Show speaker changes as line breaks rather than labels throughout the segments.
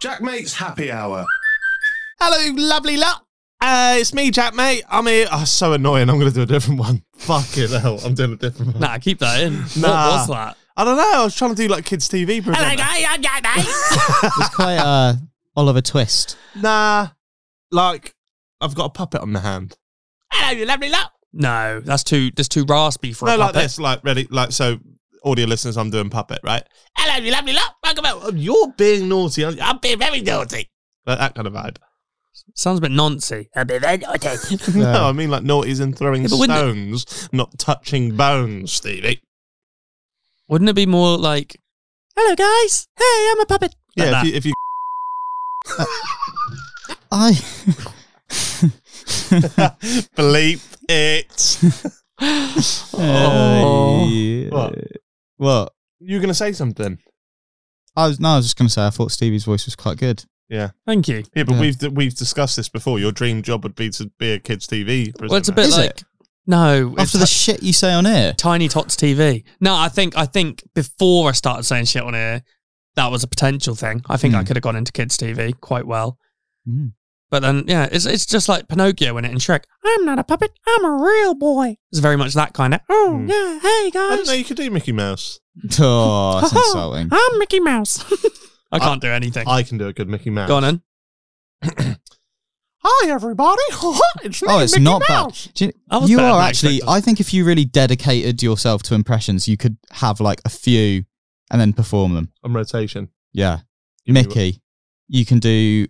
Jack Mate's happy hour.
Hello, lovely lot. Uh, it's me, Jack, mate. I'm here.
Oh, so annoying. I'm going to do a different one. Fuck it, hell. I'm doing a different one.
Nah, keep that in.
Nah.
What was that?
I don't know. I was trying to do like kids' TV.
Hello,
Hello,
guy. I'm Jack, mate.
It's quite
uh,
a Oliver Twist.
Nah. Like, I've got a puppet on the hand.
Hello, you lovely lot.
No, that's too that's too raspy for a
No, like
puppet.
this. Like, ready. Like, so, audio listeners, I'm doing puppet, right?
Hello, you lovely lot. Welcome out.
Oh, you're being naughty. aren't you?
I'm being very naughty.
Like, that kind of vibe.
Sounds a bit noncy.
I'm being very naughty.
No, I mean, like, naughties and throwing
Yeah, but wouldn't
stones, not touching bones, Stevie.
Wouldn't it be more like Hello guys. Hey, I'm a puppet. Like
Yeah,
that.
if you, if you
I.
bleep it.
Oh.
Uh, yeah.
What?
What?
You were going to say something.
I was no. I was just going to say I thought Stevie's voice was quite good.
Yeah.
Thank you.
Yeah, but
Yeah.
we've we've discussed this before. Your dream job would be to be a kids' TV. Presenter.
Well, it's a bit
Is
like
it?
no. it's
After the shit you say on air,
Tiny Tots TV. No, I think I think before I started saying shit on here, that was a potential thing. I think I
Hmm.
could have gone into kids TV quite well.
Hmm.
But then yeah, it's it's just like Pinocchio in it and Shrek. I'm not a puppet. I'm a real boy. It's very much that kind of. Oh
Hmm.
yeah, hey
I didn't
guys.
know you could do Mickey Mouse.
oh, that's insulting.
I'm Mickey Mouse. I can't do anything.
I can do a good Mickey Mouse.
Go on then.
Hi, everybody. it's me,
Oh, it's
Mickey
not bad.
Mouse.
Do you-
I was
you
better
are
than I
actually.
expected.
I think if you really dedicated yourself to impressions, you could have like a few and then perform them.
on rotation.
Yeah,
Give me
Mickey, you can do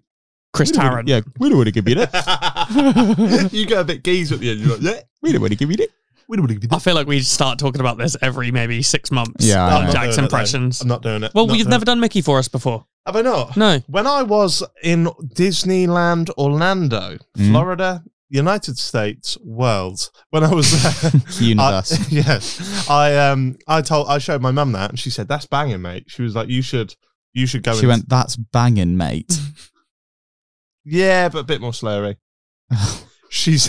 Chris
We don't wanna-
Tarrant.
Yeah, we don't want to give you that.
one. you get a bit geese at the end. You're like, yeah,
We don't want to give you that.
we don't want to give you
I
that.
feel like we start talking about this every maybe six months.
Yeah, I
Like
know.
I'm not
Jack's
doing it, though.
impressions.
I'm not doing it.
well,
Not
you've
doing
never
it.
done Mickey for us before.
Have I not?
No.
When I was in Disneyland, Orlando,
Mm.
Florida, United States, world. When I was there,
Universe.
I, yes, I um, I told, I showed my mum that, and she said, "That's banging, mate." She was like, "You should, you should go."
She
and-
went, "That's banging, mate."
Yeah, but a bit more slurry. She's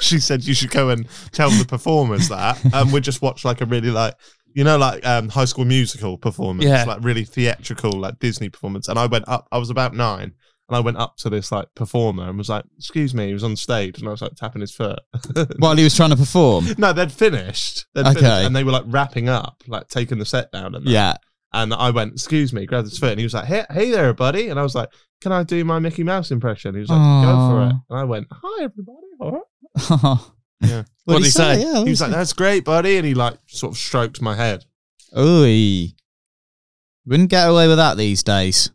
she said you should go and tell the performers that, and we just watch like a really like you know like um High School Musical performance,
Yeah.
like really theatrical like Disney performance. And I went up. I was about nine, and I went up to this like performer and was like, "Excuse me," he was on stage, and I was like tapping his foot.
While he was trying to perform.
no, they'd finished. They'd
Okay.
finished, and they were like wrapping up, like taking the set down. And that.
Yeah.
And I went, "Excuse me," grabbed his foot, and he was like, "Hey, hey there, buddy!" And I was like, "Can I do my Mickey Mouse impression?" He was like, "Go for
Aw.
it!" And I went, "Hi, everybody!" All right.
yeah.
What'd he say?
Yeah,
He was like, "That's great, buddy," and he like sort of stroked my head.
Ooh. Wouldn't get away with that these days.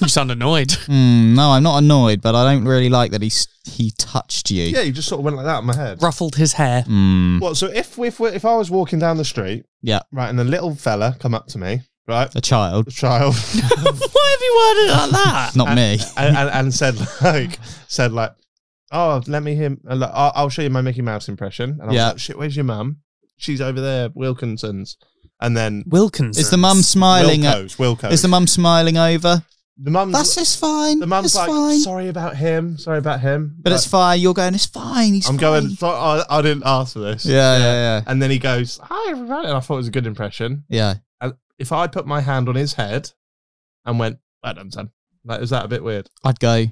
You sound annoyed.
Hmm, no, I'm not annoyed, but I don't really like that he s- he touched you.
Yeah, he just sort of went like that on my head.
Ruffled his hair.
Hmm.
What? So if if if I was walking down the street,
Yeah.
right, and a little fella come up to me right?
a child,
The child.
Why have you worded it like that?
not me.
and, and, and said like said like, oh, let me hear. uh, like, I'll, I'll show you my Mickey Mouse impression. And I was
Yeah.
like, shit, where's your mum? She's over there, Wilkinson's. And then
Wilkins.
Is the mum smiling? at-
Wilco's, Wilco's.
Is the mum smiling over?
the mum's
That's it's fine.
the mum's
it's
like,
fine.
sorry about him, sorry about him.
But it's fine. You're going. It's fine. He's
I'm
fine."
going. "So- I, I didn't ask for this.
Yeah, yeah, yeah,
And then he goes, hi everybody, and I thought it was a good impression.
yeah.
And if I put my hand on his head and went, well done, son. Like, is that a bit weird?
I'd go.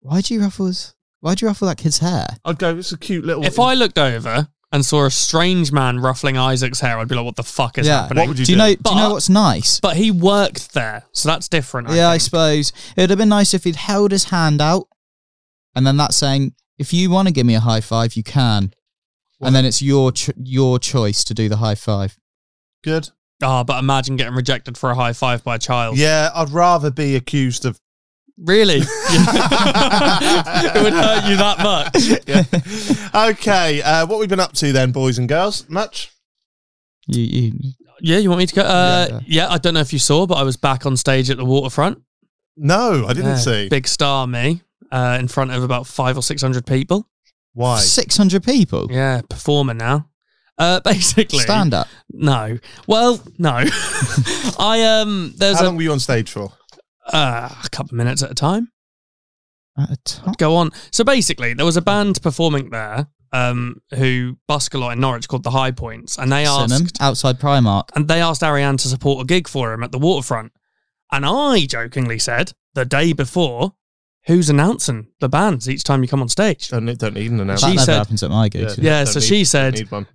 Why do you ruffle? His, why do you ruffle like his hair?
I'd go, it's a cute little.
If I looked over and saw a strange man ruffling Isaac's hair, I'd be like, what the fuck is
Yeah.
happening?
What would you
do you
do?
know? do you know
But-
what's nice?
but he worked there, so that's different.
yeah, I
think.
suppose it would have been nice if he'd held his hand out, and then that's saying, if you want to give me a high five, you can, and then it's your cho- your choice to do the high five.
good.
Ah, but imagine getting rejected for a high five by a child.
Yeah, I'd rather be accused of.
Really? it would hurt you that much.
Yeah. okay, uh, what we've been up to then, boys and girls? Much.
You, you
Yeah, you want me to go? Uh,
Yeah,
yeah, I don't know if you saw, but I was back on stage at the waterfront.
No, I didn't
Yeah,
see.
Big star me uh, in front of about five or 600 people.
Why?
six hundred people
Yeah, performer now. Uh, basically.
stand up.
No. Well, no. I, um, there's
How
a,
long were you on stage for?
uh, a couple of minutes at a time.
At a time.
go on. So basically, there was a band performing there um, who busk a lot in Norwich called the High Points, and they asked
Cinema, outside Primark.
and they asked Ariane to support a gig for him at the waterfront. And I jokingly said the day before, "Who's announcing the bands each time you come on stage?"
Don't need, don't need an
That
She
never
said-
happens at my gigs.
Yeah.
don't
so
need-
she
don't
said-
need one.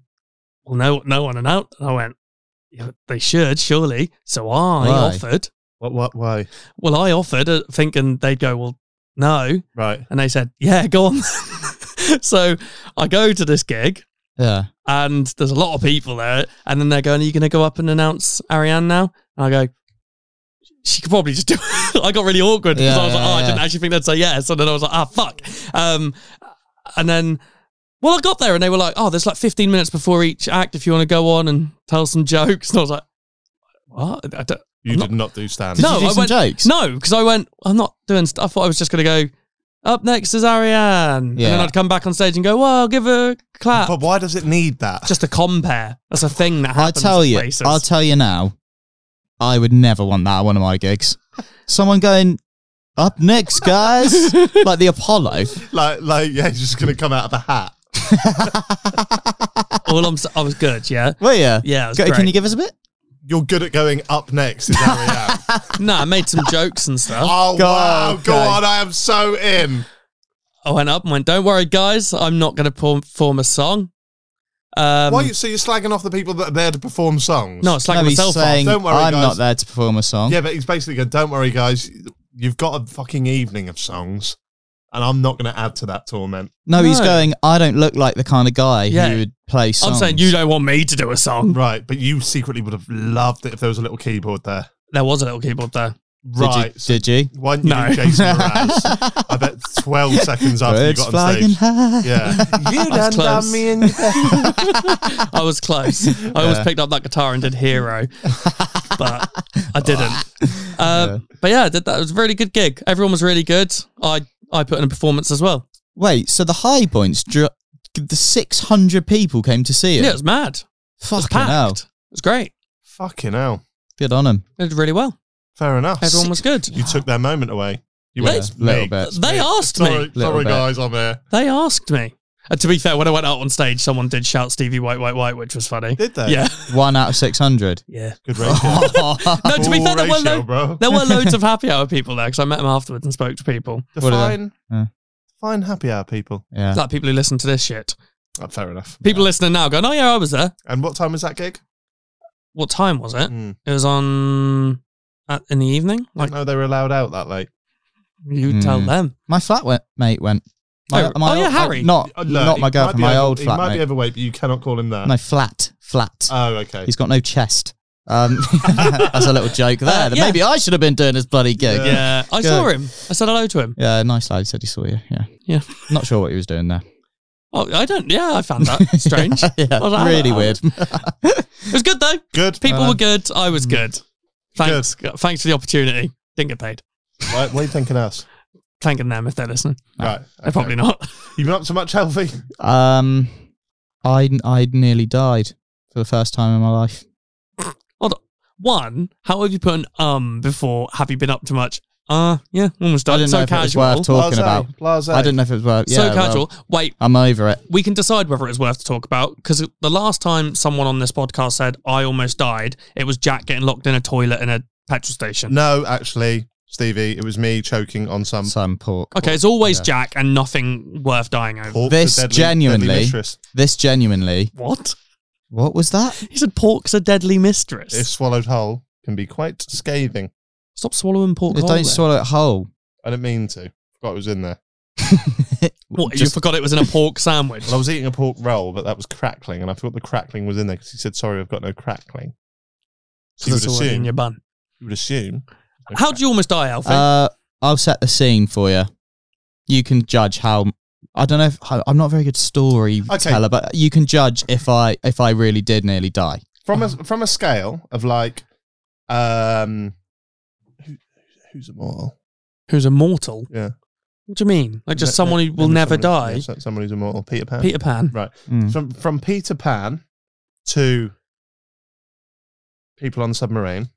Well, no, no one announced. And I went, yeah, "They should surely." So I
Why?
offered.
What? What? Why?
Well, I offered, uh, thinking they'd go, "Well, no,"
Right.
and they said, "Yeah, go on." so I go to this gig.
Yeah.
and there's a lot of people there. And then they're going, Are you going to go up and announce Ariane now? And I go, She could probably just do it. I got really awkward because I was
Yeah,
like, Oh,
yeah,
I didn't
yeah.
actually think they'd say yes. And then I was like, Ah, fuck. Um, and then, well, I got there and they were like, Oh, there's like 15 minutes before each act if you want to go on and tell some jokes. And I was like, What? I don't-
You
I'm
did not do stand.
Did
No,
you do
I
some
went-
jokes?
no, because I went, I'm not doing stuff. I thought I was just going to go. Up next is Ariane. And then
Yeah.
I'd come back on stage and go, well, give a clap
But why does it need that?
just a compare. That's a thing that
I
happens.
tell
at
you,
places.
I'll tell you now. I would never want that at one of my gigs. Someone going up next, guys, like the Apollo.
like, like, yeah, it's just gonna come out of a hat.
All I'm, s- I was good. Yeah.
Were you?
Yeah, it was
Go-
great.
Can you give us a bit?
You're good at going up next. Is Ariane.
No, I made some jokes and stuff.
oh
Go
wow!
on,
Go
okay.
on, I am so in.
I went up and went, "Don't worry, guys, I'm not going to perform a song." Um,
why? You, so you're slagging off the people that are there to perform songs?
no, it's like
no, he's
myself. off.
saying
Don't worry,
I'm
guys.
not there to perform a song.
Yeah, but he's basically going, don't worry, guys. You've got a fucking evening of songs, and I'm not going to add to that torment.
No, he's
No.
going. I don't look like the kind of guy
Yeah.
who would play
I'm
songs.
saying you don't want me to do a song.
Right, but you secretly would have loved it if there was a little keyboard there.
There was a little keyboard there.
Did you-
Right. so
Did you?
why didn't you
No.
do Jason Mraz? I bet 12 seconds after
Birds
you got on
flying
stage.
high.
Yeah.
You done done me in. I was close. I almost picked up that guitar and did Hero, but I didn't. Uh, But yeah, I did that. It was a really good gig. Everyone was really good. I I put in a performance as well.
Wait. So the high points. Dr- the 600 people came to see it.
Yeah, it was mad. It was
Fucking
packed.
hell.
It was great.
Fucking hell.
Good on him.
They did really well.
Fair enough.
Everyone was good.
You took their moment away. You
Yeah,
went, it's
little
me.
bit.
It's
They
me.
asked me.
sorry,
Little
Sorry,
bit.
guys, I'm here.
They asked me. And to be fair, when I went out on stage, someone did shout Stevie White, White, White, which was funny.
Did they?
Yeah.
One out of 600.
Yeah.
Good
Oh,
ratio.
No, to be
Full
fair, there were,
ratio,
lo-
bro.
there were loads of happy hour people there because I met them afterwards and spoke to people.
What are they?
Define,
Yeah.
define happy hour people.
yeah.
Like people who listen to this shit.
Oh, fair enough.
People listening now going, oh, yeah, I was there.
And what time was that gig?
What time was it?
Mm.
It was on at, in the evening.
I
Like,
didn't know they were allowed out that late.
you
Mm.
tell them.
My flat went, mate went. My,
Oh, oh, yeah,
old-
Harry.
not,
Uh, no,
not
he
my
might
girlfriend,
be
my
over-
old
He
flat.
might be
Mate.
overweight, but you cannot call him that.
No, flat. Flat.
Oh, okay.
He's got no chest. Um, that's a little joke there.
Uh,
that
yeah.
Maybe I should have been doing this bloody gig.
Yeah.
Yeah. I
Good.
saw him. I said hello to him.
Yeah, nice lad. He said he saw you. Yeah.
Yeah.
Not sure what he was doing there.
Oh, I don't. Yeah, I found that strange.
yeah,
I was like,
really
"Oh,
weird.
It was good though.
Um,
Good. Uh,
mm,
People were good. I was good. Thanks, thanks for the opportunity. Didn't get paid.
Why, what are you thinking us?
Thanking them if they're listening.
Right.
They're probably not.
You've been up to much, Alfie?
Um, I I nearly died for the first time in my life.
Hold on. One, how have you put an um before? Have you been up to much? Uh, yeah, almost done.
I didn't
so
know if it was
casual.
worth talking about.
Blase.
I didn't know if it was worth. Yeah,
so
well,
casual. Wait,
I'm over it.
we can decide whether it's worth to talk about because the last time someone on this podcast said I almost died, it was Jack getting locked in a toilet in a petrol station.
No, actually, Stevie, it was me choking on some.
Some pork.
okay, it's always Jack and nothing worth dying over.
pork
This
to deadly-
genuinely-
deadly mistress.
This genuinely.
What?
What was that?
He said pork's a deadly mistress.
if swallowed whole, can be quite scathing.
Stop swallowing pork.
Just
whole
don't
then.
swallow it whole.
I didn't mean to. Forgot it was in there.
What,
Just-
you forgot it was in a pork sandwich.
Well, I was eating a pork roll, but that was crackling, and I forgot the crackling was in there because he said, "Sorry, I've got no crackling." So you would
It's already in
assume.
your
You
bun.
would assume.
How'd you almost die, Alfie?
Uh, I'll set the scene for you. You can judge how. I don't know. If, how- I'm not a very good story
Okay.
teller, but you can judge if I if I really did nearly die.
from a
Uh-huh.
from a scale of like, um, who, who's immortal?
Who's immortal?
Yeah.
What do you mean? Like just
No,
someone who
no,
will
no,
never
someone-
die?
yeah, so- someone who's immortal. Peter Pan.
Peter Pan.
Right.
Mm.
From from Peter Pan to people on the submarine.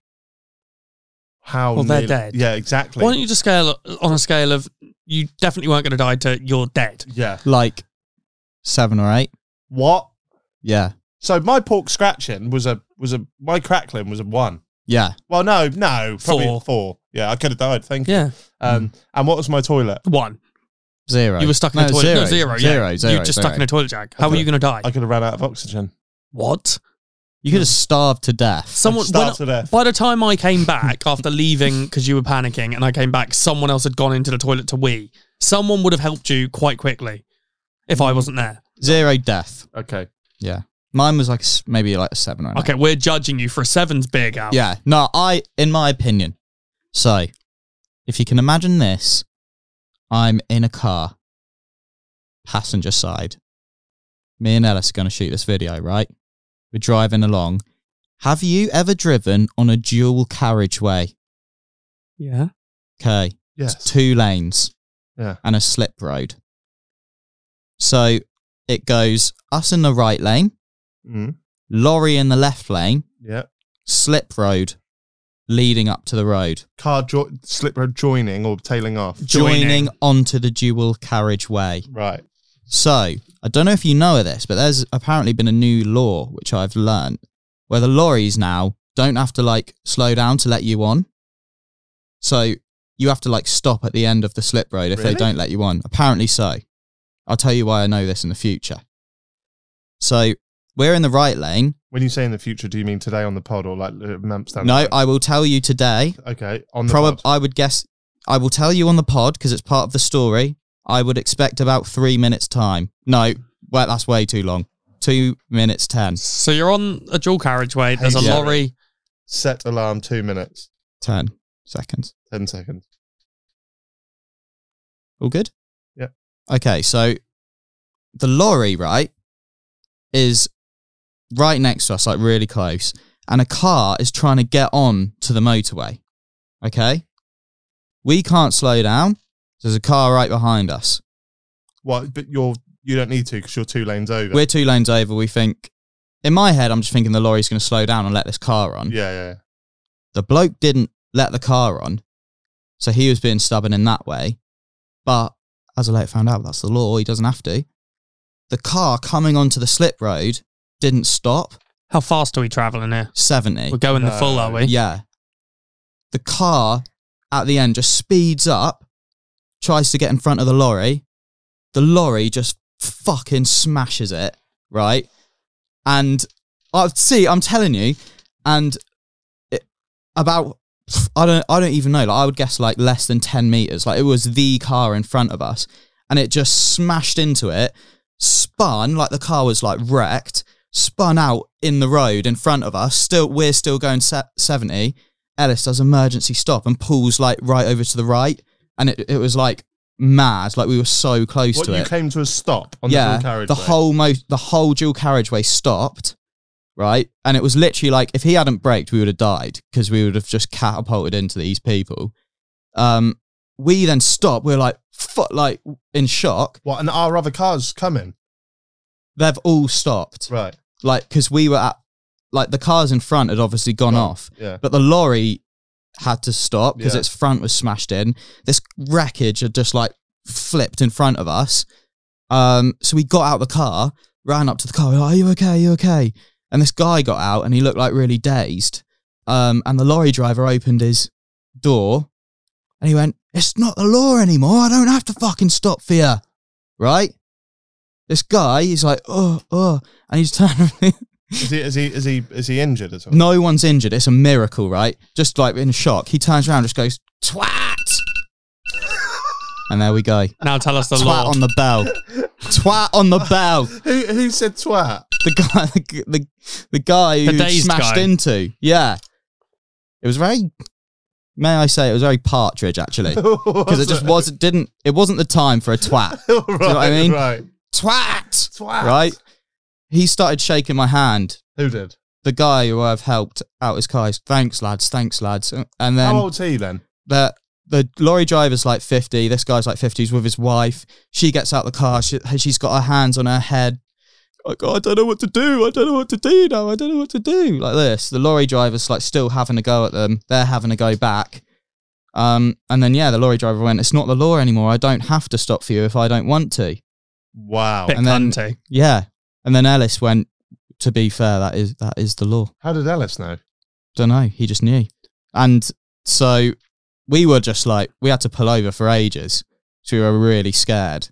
How?
Well, they're
nearly-
dead.
Yeah, exactly.
Why don't you just scale on a scale of you definitely weren't going to die to you're dead?
yeah.
Like seven or eight.
What?
Yeah,
So my pork scratching was a was a my crackling was a one.
yeah.
Well, no, no, probably
Four.
four. Yeah, I could have died. Thank you.
Yeah.
Um, and what was my toilet?
One.
Zero.
You were stuck in
no,
a toilet.
Zero.
no, zero.
Zero.
yeah.
zero,
you were just
zero.
stuck in a toilet, Jack. How are you going to die?
I could have ran out of oxygen.
what?
You could have starved to death.
Someone.
Starved
When,
to death.
by the time I came back after leaving because you were panicking, and I came back, someone else had gone into the toilet to wee. Someone would have helped you quite quickly if I wasn't there.
Zero death.
Okay.
Yeah. Mine was like s- maybe like a seven or an eight.
Okay, we're judging you for a seven's big out.
Yeah. No, I, in my opinion. So, if you can imagine this, I'm in a car, passenger side. Me and Ellis are going to shoot this video, right? We're driving along. Have you ever driven on a dual carriageway?
Yeah.
Okay. It's
Yes.
two lanes.
Yeah.
And a slip road. So, it goes us in the right lane,
Mm.
lorry in the left lane,
Yeah.
slip road leading up to the road.
Car jo- slip road joining or tailing off.
joining,
Joining.
onto the dual carriageway.
Right.
So, I don't know if you know of this, but there's apparently been a new law which I've learned where the lorries now don't have to like slow down to let you on. So, you have to like stop at the end of the slip road if they
Really?
don't let you on. Apparently so. I'll tell you why I know this in the future. So, we're in the right lane.
When you say in the future, do you mean today on the pod or like uh, months down?
No,
the road?
I will tell you today
okay. On the
Probably,
pod.
I would guess. I will tell you on the pod because it's part of the story. I would expect about three minutes time. No, well, that's way too long. Two minutes ten.
So you're on a dual carriageway. There's a
Yeah.
lorry.
set alarm two minutes,
Ten seconds.
ten seconds.
All good.
Yep.
Okay, so the lorry right is right next to us, like really close, and a car is trying to get on to the motorway. Okay, we can't slow down. There's a car right behind us.
What? But you're you don't need to because you're two lanes over.
We're two lanes over. We think, in my head, I'm just thinking the lorry's going to slow down and let this car on.
yeah, yeah, yeah.
The bloke didn't let the car on. So he was being stubborn in that way. But as I later found out, that's the law. He doesn't have to. The car coming onto the slip road didn't stop.
How fast are we traveling here?
70.
We're going the
No.
full, are we?
Uh, Yeah. The car at the end just speeds up, tries to get in front of the lorry. The lorry just fucking smashes it, right? And I see, I'm telling you, and it, about I don't I don't even know. Like I would guess like less than 10 meters. Like it was the car in front of us and it just smashed into it, spun like the car was like wrecked, spun out in the road in front of us. Still, we're still going se- 70. Ellis does emergency stop and pulls like right over to the right, and it, it was like mad. Like we were so close
What
to
you
it.
came to a stop on
yeah,
the dual carriageway.
the whole mo- the whole dual carriageway stopped. right? And it was literally like if he hadn't braked, we would have died because we would have just catapulted into these people. Um, we then stopped. We were like, fuck, like in shock.
What? And our other cars coming?
They've all stopped,
Right.
like because we were at, like the cars in front had obviously gone
Gone,
off,
yeah.
but the lorry had to stop because
Yeah.
its front was smashed in. This wreckage had just like flipped in front of us. Um, so we got out the car, ran up to the car. we were like, Are you okay? Are you okay? And this guy got out and he looked like really dazed. Um, and the lorry driver opened his door and he went, It's not the law anymore. I don't have to fucking stop for you. Right? This guy, he's like, Oh, oh. And he's turning.
Is he? Is he? Is he? Is he injured at all?
no one's injured. It's a miracle, right? Just like in shock. He turns around and just goes, Twat. and there we go.
Now tell us the
Twat
law.
on the bell. Twat on the bell.
Who? Who said twat?
The guy, the, the, guy who
dazed
smashed
guy.
into. Yeah. It was very, may I say, it was very partridge actually. Because it just wasn't, didn't, it wasn't the time for a twat.
right,
what I mean?
Right.
Twat!
Twat.
Right? He started shaking my hand.
Who did?
The guy who I've helped out his car, he's, thanks lads, thanks lads. And then
How old's he then?
that the lorry driver's like 50 this guy's like 50 he's with his wife she gets out the car she, she's got her hands on her head like "Oh, i don't know what to do i don't know what to do now i don't know what to do like this the lorry driver's like still having a go at them they're having a go back um, and then yeah the lorry driver went it's not the law anymore i don't have to stop for you if i don't want to
Wow.
Bit
and then-
cunty.
yeah and then ellis went to be fair that is that is the law
How did Ellis know?
don't know. He just knew. And so we were just like, we had to pull over for ages. So we were really scared.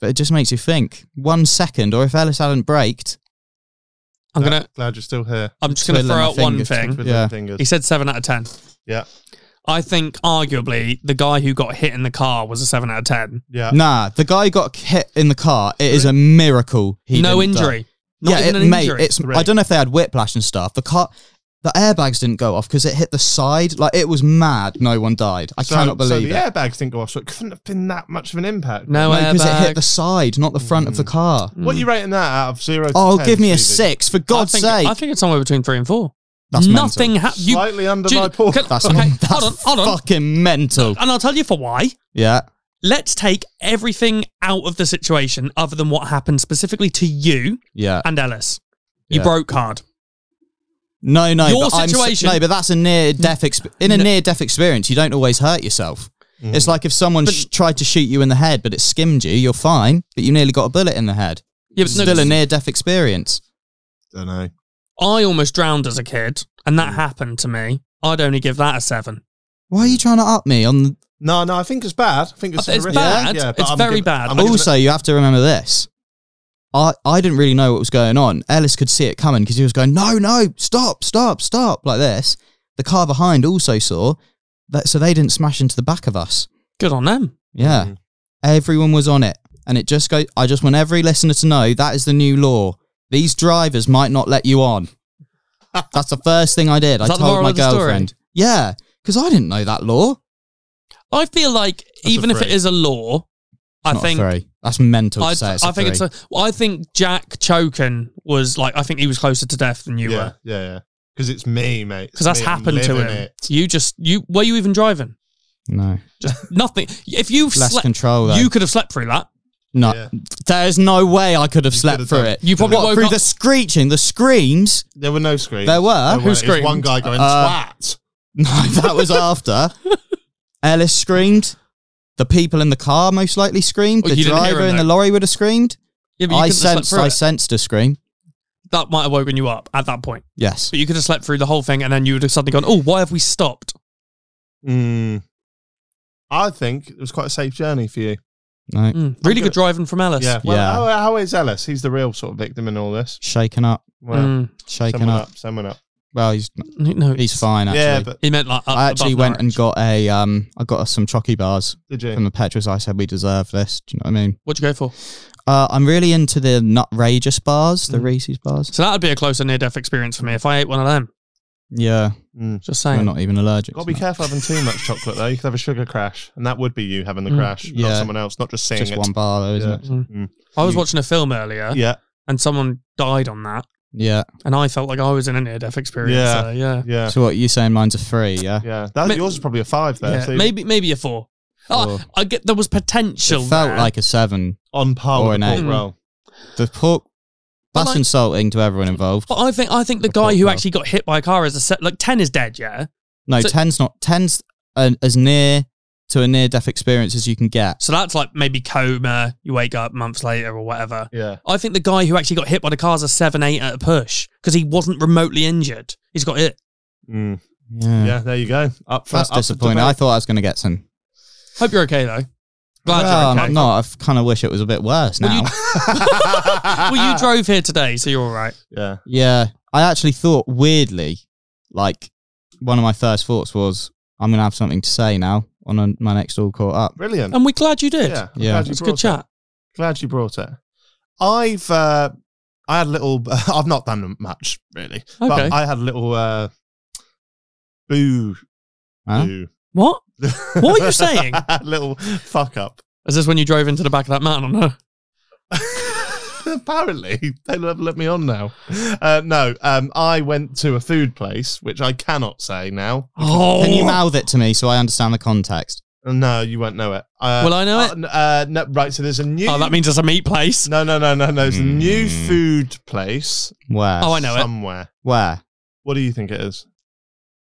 But it just makes you think one second, or if Ellis hadn't braked,
I'm
Glad-
gonna. Mm-hmm.
Glad you're still here.
I'm just gonna throw
Twiddling my
out one
fingers,
thing.
Twiddling
Yeah.
fingers.
He said seven out of ten.
yeah.
I think arguably the guy who got hit in the car was a seven out of ten.
Yeah.
nah, the guy got hit in the car. It is a miracle. He
no
didn't die.
injury. Not
yeah,
even
it,
an
mate,
injury.
it's. I don't know if they had whiplash and stuff. The car, the airbags didn't go off because it hit the side. Like it was mad. No one died. I
So-
cannot
so
believe it.
the airbags didn't go off, so it couldn't have been that much of an impact.
no Mm.
because it hit
airbag.
the side, not the front of the car.
What are you rating that out of zero? to
Oh,
10,
give me a
Stevie?
six for
I
God's
think,
sake!
I think it's somewhere between three and four.
That's mental.
Nothing happened.
Slightly under my paw.
That's
okay,
not, that's
hold on, hold on.
fucking mental.
And I'll tell you for why.
Yeah.
Let's take everything out of the situation other than what happened specifically to you
Yeah.
and Ellis. You
Uh, Yeah.
broke hard.
No, no.
Your
but I'm s-
situation-
no, but that's a near death exp- in a near death experience. You don't always hurt yourself. It's like if someone sh- tried to shoot you in the head, but it skimmed you. You're fine, but you nearly got a bullet in the head.
Yeah,
It's still a near death experience.
Don't know.
I almost drowned as a kid, and
Mm.
that happened to me. I'd only give that a seven.
Why are you trying to up me on? The-
No, no, I think it's bad. I think it's,
It's
horrific.
bad.
but
It's
I'm
very
giving-
bad.
I'm giving
also,
it-
you have to remember this. I, I didn't really know what was going on. Ellis could see it coming because he was going, no, no, stop, stop, stop, like this. The car behind also saw that, so they didn't smash into the back of us.
Good on them.
Yeah.
Mm-hmm.
Everyone was on it. And it just goes, I just want every listener to know that is the new law. These drivers might not let you on. That's the first thing I did.
Is
I
that the moral
told my
of the story?
girlfriend. Yeah, because I didn't know that law.
I feel like even if it
three.
is a law, I
Not a
think
three. That's mental to
I,
say it's a
I think it's
three.
a, well, I think Jack Chokin was like I think he was closer to death than you
yeah,
were
Yeah, yeah. Because it's me, mate. It's
because that's
me. I'm
happened to
living
him.
it.
You just you were you even driving?
No.
Just nothing. If you
Less
slept,
control, though.
you could have slept through that.
No,
Yeah.
there's no way I could have slept
could've
through
done-
it.
You probably
What,
woke
through
up-
the screeching, the screams.
There were no screams.
There were? Who
weren't. It was
screamed?
One guy going
Uh,
twat.
No, that was after Ellis screamed. The people in the car most likely screamed.
Well,
the
Oh, you didn't hear
driver
him,
in the
though.
lorry would have screamed.
Yeah, but you couldn't
I
have slept
sensed,
through
I
it.
sensed a scream.
that might have woken you up at that point.
Yes.
But you could have slept through the whole thing, and then you would have suddenly gone, "Oh, why have we stopped?"
Mm. I think it was quite a safe journey for you.
No.
Mm, Really good driving from Ellis.
Yeah. Well,
Hmm. Yeah.
How, how is Ellis? He's the real sort of victim in all this.
Shaken up.
Well,
Mm,
Shaken
someone
up.
up. Someone up.
Well, he's
no,
he's fine actually.
Yeah, but
He meant like. Up
I actually
above
went and
Norwich.
got a um I got us some chocky bars
did
from
you?
the Petrus. I said we deserve this. Do you know what I mean?
What'd you go for?
Uh, I'm really into the nutrageous bars, the Reese's bars.
So that would be a closer near death experience for me if I ate one of them.
Yeah.
Just
I'm
saying.
not even allergic.
Gotta
to
be
that.
careful having too much chocolate though. You could have a sugar crash, and that would be you having the
Mm.
crash, not
Yeah.
someone else, not just saying
Just
it.
one bar though, isn't
Yeah.
it?
Mm. I was
You-
watching a film earlier,
Yeah.
and someone died on that,
Yeah.
and I felt like I was in a near death experience.
Yeah.
so, yeah.
Yeah.
So what you saying? Mine's a three. Yeah.
Yeah. That,
Ma-
yours is probably a five there.
Yeah,
so
maybe maybe a four. Oh,
Four.
I get there was potential.
It felt
there.
like a seven.
on par
Or
with
an
the
eight.
pork roll.
The pork.
But
That's
like-
insulting to everyone involved.
But I think I think the
Before
guy who
twelve.
actually got hit by a car is a set like ten is dead. Yeah.
No,
So-
ten's not ten's an, as near to a near death experience as you can get.
So that's like maybe coma. You wake up months later or whatever.
Yeah.
I think the guy who actually got hit by the car's a seven eight at a push because he wasn't remotely injured. He's got it.
Mm.
Yeah,
Yeah. There you go. Up for
that's
up for
disappointing.
debate.
I thought I was going to get some.
Hope you're okay though. Glad
Well,
you're
I'm
okay.
not. I kind of wish it was a bit worse
Well,
now.
you-
uh,
well, you drove here today, so you're all right.
yeah.
yeah, I actually thought weirdly, like one of my first thoughts was, I'm going to have something to say now on a, my next all caught up.
Brilliant.
And we're glad you did.
Mm. yeah. I'm
Oh, Yeah.
glad you
It's a
brought
good
it.
chat.
Glad you brought it. I've uh, I had a little. I've not done much really,
Okay.
but I had a little uh, boo.
Huh?
boo.
What? What are you saying?
little fuck up.
Is this when you drove into the back of that man on her?
Apparently, they have let me on now. Uh, no, um, I went to a food place, which I cannot say now.
Oh,
Can you mouth it to me so I understand the context?
No, you won't know it. Uh,
Will I know
uh,
it?
n- Uh, no, right, so there's a new.
oh, that means it's a meat place.
No, no, no, no, no. There's a new
Mm.
food place
Where?
Oh, I know it.
somewhere.
Where?
What do you think it is?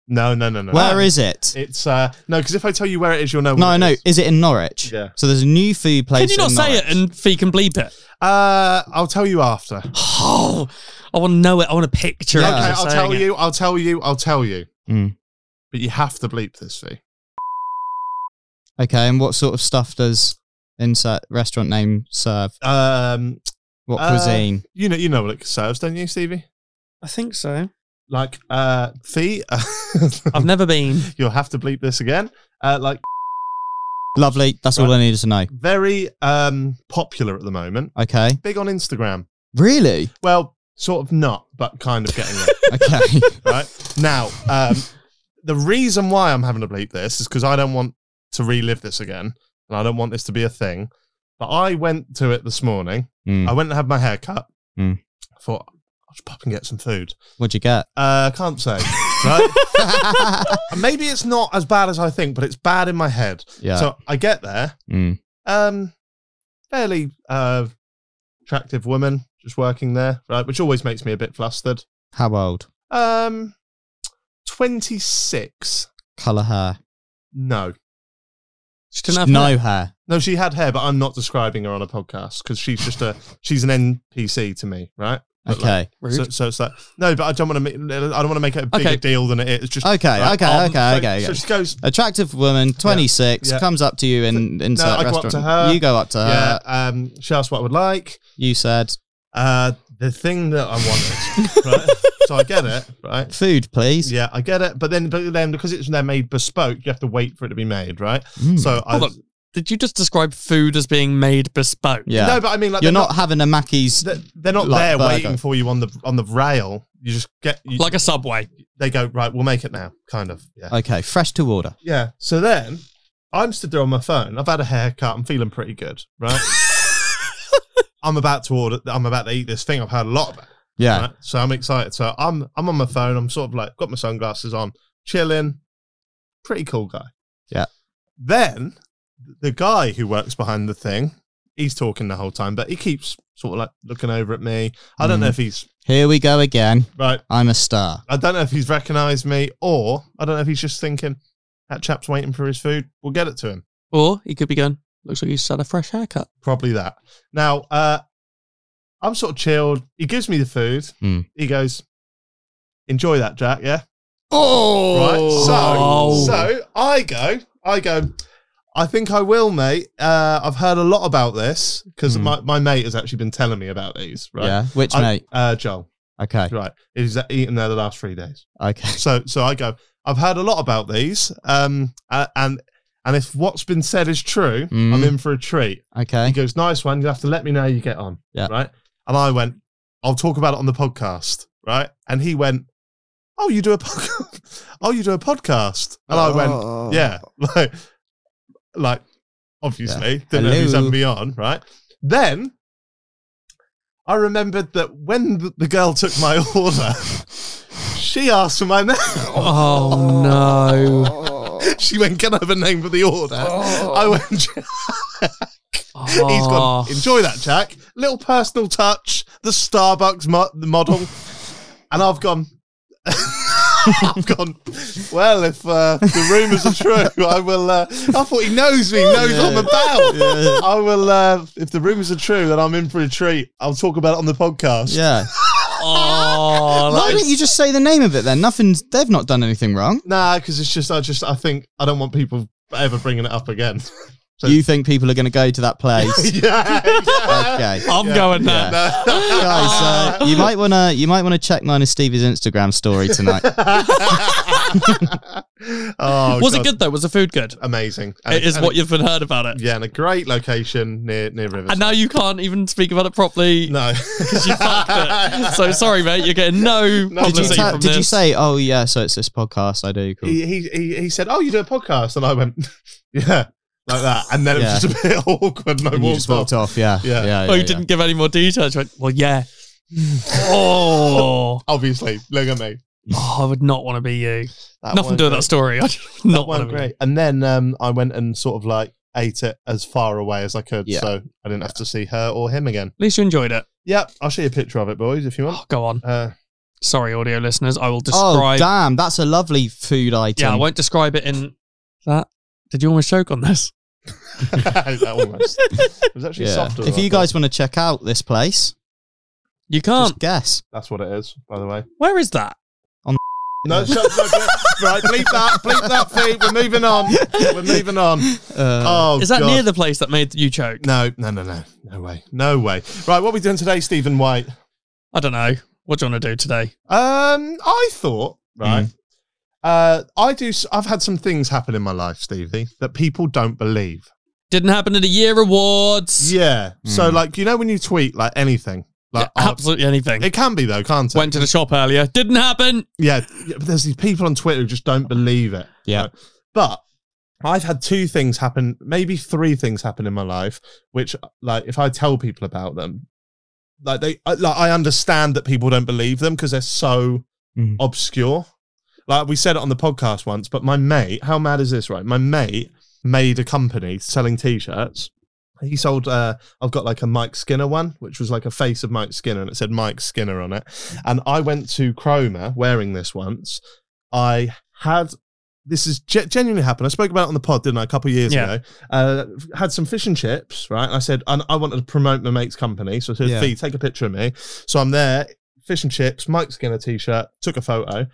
No, no, no, no.
Where
no.
is it?
It's uh no, because if I tell you where it is, you'll know.
No,
what it
no.
is.
Is it in Norwich?
Yeah.
So there's a new food place.
Can you not
in
say it
Norwich.
and Fee can bleep it?
Uh, I'll tell you after. Okay,
Oh, I want to know it. I want a picture.
Yeah.
of
Okay,
her
Uh, I'll
saying
tell
it.
you. I'll tell you. I'll tell you.
Mm.
But you have to bleep this fee.
Okay, and what sort of stuff does insert restaurant name serve?
Um,
What
Uh,
cuisine?
you know, you know what it serves, don't you, Stevie?
I think so.
Like uh, fee.
I've never been.
You'll have to bleep this again. Uh, like
Lovely. That's all I needed to know.
very um popular at the moment.
Okay.
Big on Instagram.
Really?
Well, sort of not, but kind of getting there.
Okay.
right? Now, um, the reason why I'm having to bleep this is because I don't want to relive this again, and I don't want this to be a thing. But I went to it this morning.
Mm.
I went and had my hair cut.
Mm.
I thought I'll just pop and get some food.
What'd you get?
Uh, I can't say. right? And Maybe it's not as bad as I think, but it's bad in my head.
Yeah.
So I get there.
Mm.
Um, fairly uh, attractive woman just working there, right? Which always makes me a bit flustered.
How old?
Um, twenty six.
Colour hair.
No.
She didn't have
no
that.
hair.
No, she had hair, but I'm not describing her on a podcast because she's just a she's an NPC to me, right? But like-
Okay.
Rude.
so, so it's like no, but I don't want to. I don't want to make it a bigger
Okay.
deal than it is. It's just
Okay,
right,
okay,
um,
okay,
so-
okay,
So
okay.
she goes,
Attractive woman, 26,
Yeah.
comes up to you in insert
I go up
restaurant.
to her.
You go up to
yeah.
her.
Um, she asked what I would like.
You said,
Uh, the thing that I wanted, right? So I get it, right?
food, please.
Yeah, I get it. But then, but then because it's they're made bespoke, you have to wait for it to be made, right?
Mm.
So I
Hold on. Did you just describe food as being made bespoke?
Yeah.
no, but I mean, like
You're
they're
not, having a Mackey's.
they're, they're not
like
there
burger.
waiting for you on the on the rail. You just get you,
Like a subway.
they go right. We'll make it now, kind of. Yeah.
Okay, fresh to order.
Yeah. So then I'm stood there on my phone. I've had a haircut. I'm feeling pretty good, right? I'm about to order. I'm about to eat this thing. I've heard a lot about.
Yeah.
Right? So I'm excited. So I'm I'm on my phone. I'm sort of like got my sunglasses on, chilling. Pretty cool guy.
Yeah.
Then the guy who works behind the thing, he's talking the whole time, but he keeps sort of like looking over at me. I don't know
Mm-hmm.
if he's
Here we go again.
right.
I'm a star.
I don't know if he's recognised me or I don't know if he's just thinking that chap's waiting for his food. We'll get it to him.
Or he could be going, looks like you just had a fresh haircut.
Probably that. Now, uh, I'm sort of chilled. He gives me the food.
Hmm.
He goes, enjoy that, Jack. Yeah.
Oh,
Right. So,
Oh.
so I go, I go, I think I will, mate. Uh, I've heard a lot about this because
Hmm.
my, my mate has actually been telling me about these. Right.
yeah. Which
I-
mate?
Uh, Joel.
Okay,
Right. He's eaten there the last three days.
okay.
So so I go. I've heard a lot about these, um, uh, and and if what's been said is true,
Mm.
I'm in for a treat. He
Okay.
goes, nice one. You have to let me know how you get on.
Yeah.
Right. And I went, I'll talk about it on the podcast. Right. And he went, oh, you do a podcast. oh, you do a podcast. And I went, yeah, like, like obviously, didn't know who's
Hello.
having me on. Right. Then I remembered that when th- the girl took my order, she asked for my name.
Oh no!
She went, "Can I have a name for the order?" I went, "Jack." "He's
Oh.
gone. Enjoy that, Jack. Little personal touch. The Starbucks mo- the model." And I've gone. I've gone. Well, if uh, the rumours are true, I will. Uh, I thought he knows me. Knows I'm about. I will. Uh, if the rumours are true, then I'm in for a treat. I'll talk about it on the podcast.
Yeah.
Oh, that
Why
is-
don't you just say the name of it then? Nothing's. They've not done anything wrong.
Nah, because it's just. I just. I think I don't want people ever bringing it up again. So-
You think people are going to go to that place?
yeah. yeah. Ah.
okay.
I'm going there.
Guys, uh, you might wanna you might wanna check mine and Stevie's Instagram story tonight.
oh,
was it
God.
good though? Was the food good?
Amazing. And
It
a-
is
and
what
a-
you've been heard about it,
Yeah, and a great location near near Rivers.
and now you can't even speak about it properly.
no.
because you fucked it. So sorry, mate. You're getting no.
Did you,
publicity
ta-
from
did you
this.
say? Oh yeah, so it's this podcast I do. Cool.
he, he he he said, "Oh, you do a podcast," and I went, "Yeah." Like that, and then
Yeah.
it was just a bit awkward. And I
and you just walked
off.
off. Yeah.
Yeah.
yeah,
Oh, you
yeah.
didn't give any more details. You went, well, yeah. oh,
Obviously, look at me.
Oh, I would not want to be you.
That
Nothing to
weren't
do with
great.
that story. I just not want
weren't
to be.
great. And then um, I went and sort of like ate it as far away as I could,
Yeah.
so I didn't have to see her or him again.
At least you enjoyed it.
Yep, I'll show you a picture of it, boys, if you want.
Oh, go on.
Uh,
Sorry, audio listeners. I will
Oh
describe.
damn, that's a lovely food item.
yeah, I won't describe it in that. Did you almost choke on this?
that almost. It was actually
Yeah.
softer. than
If
I
you
thought.
guys want to check out this place,
You can't.
just guess.
that's what it is, by the way.
Where is that?
Uh,
No, shut no, bleep- right, bleep that, bleep that, feet. We're moving on. We're moving on.
Uh,
Oh,
Is that
God.
near the place that made you choke?
No, no, no, no, no way, no way. Right, what are we doing today, Stephen White?
I don't know. What do you want to do today?
Um, I thought right. Uh, I do. s- I've had some things happen in my life, Stevie, that people don't believe.
Didn't happen at the year awards.
Yeah. So, like, you know, when you tweet like anything, like
Yeah,
oh,
absolutely anything.
it can be though, can't it?
Went to the shop earlier. Didn't happen.
yeah, yeah, but there's these people on Twitter who just don't believe it.
Yeah.
right? But I've had two things happen, maybe three things happen in my life, which like if I tell people about them, like they I- like I understand that people don't believe them because they're so
Mm.
obscure. Like we said it on the podcast once, but my mate, how mad is this, right? My mate made a company selling t-shirts. He sold uh I've got like a Mike Skinner one, which was like a face of Mike Skinner and it said Mike Skinner on it. And I went to Cromer wearing this once. I had this is ge- genuinely happened. I spoke about it on the pod, didn't I, a couple of years
Yeah.
ago? Uh, had some fish and chips, right? And I said, and I wanted to promote my mate's company. So I said,
Yeah.
Fee, take a picture of me. So I'm there, fish and chips, Mike Skinner t shirt, took a photo.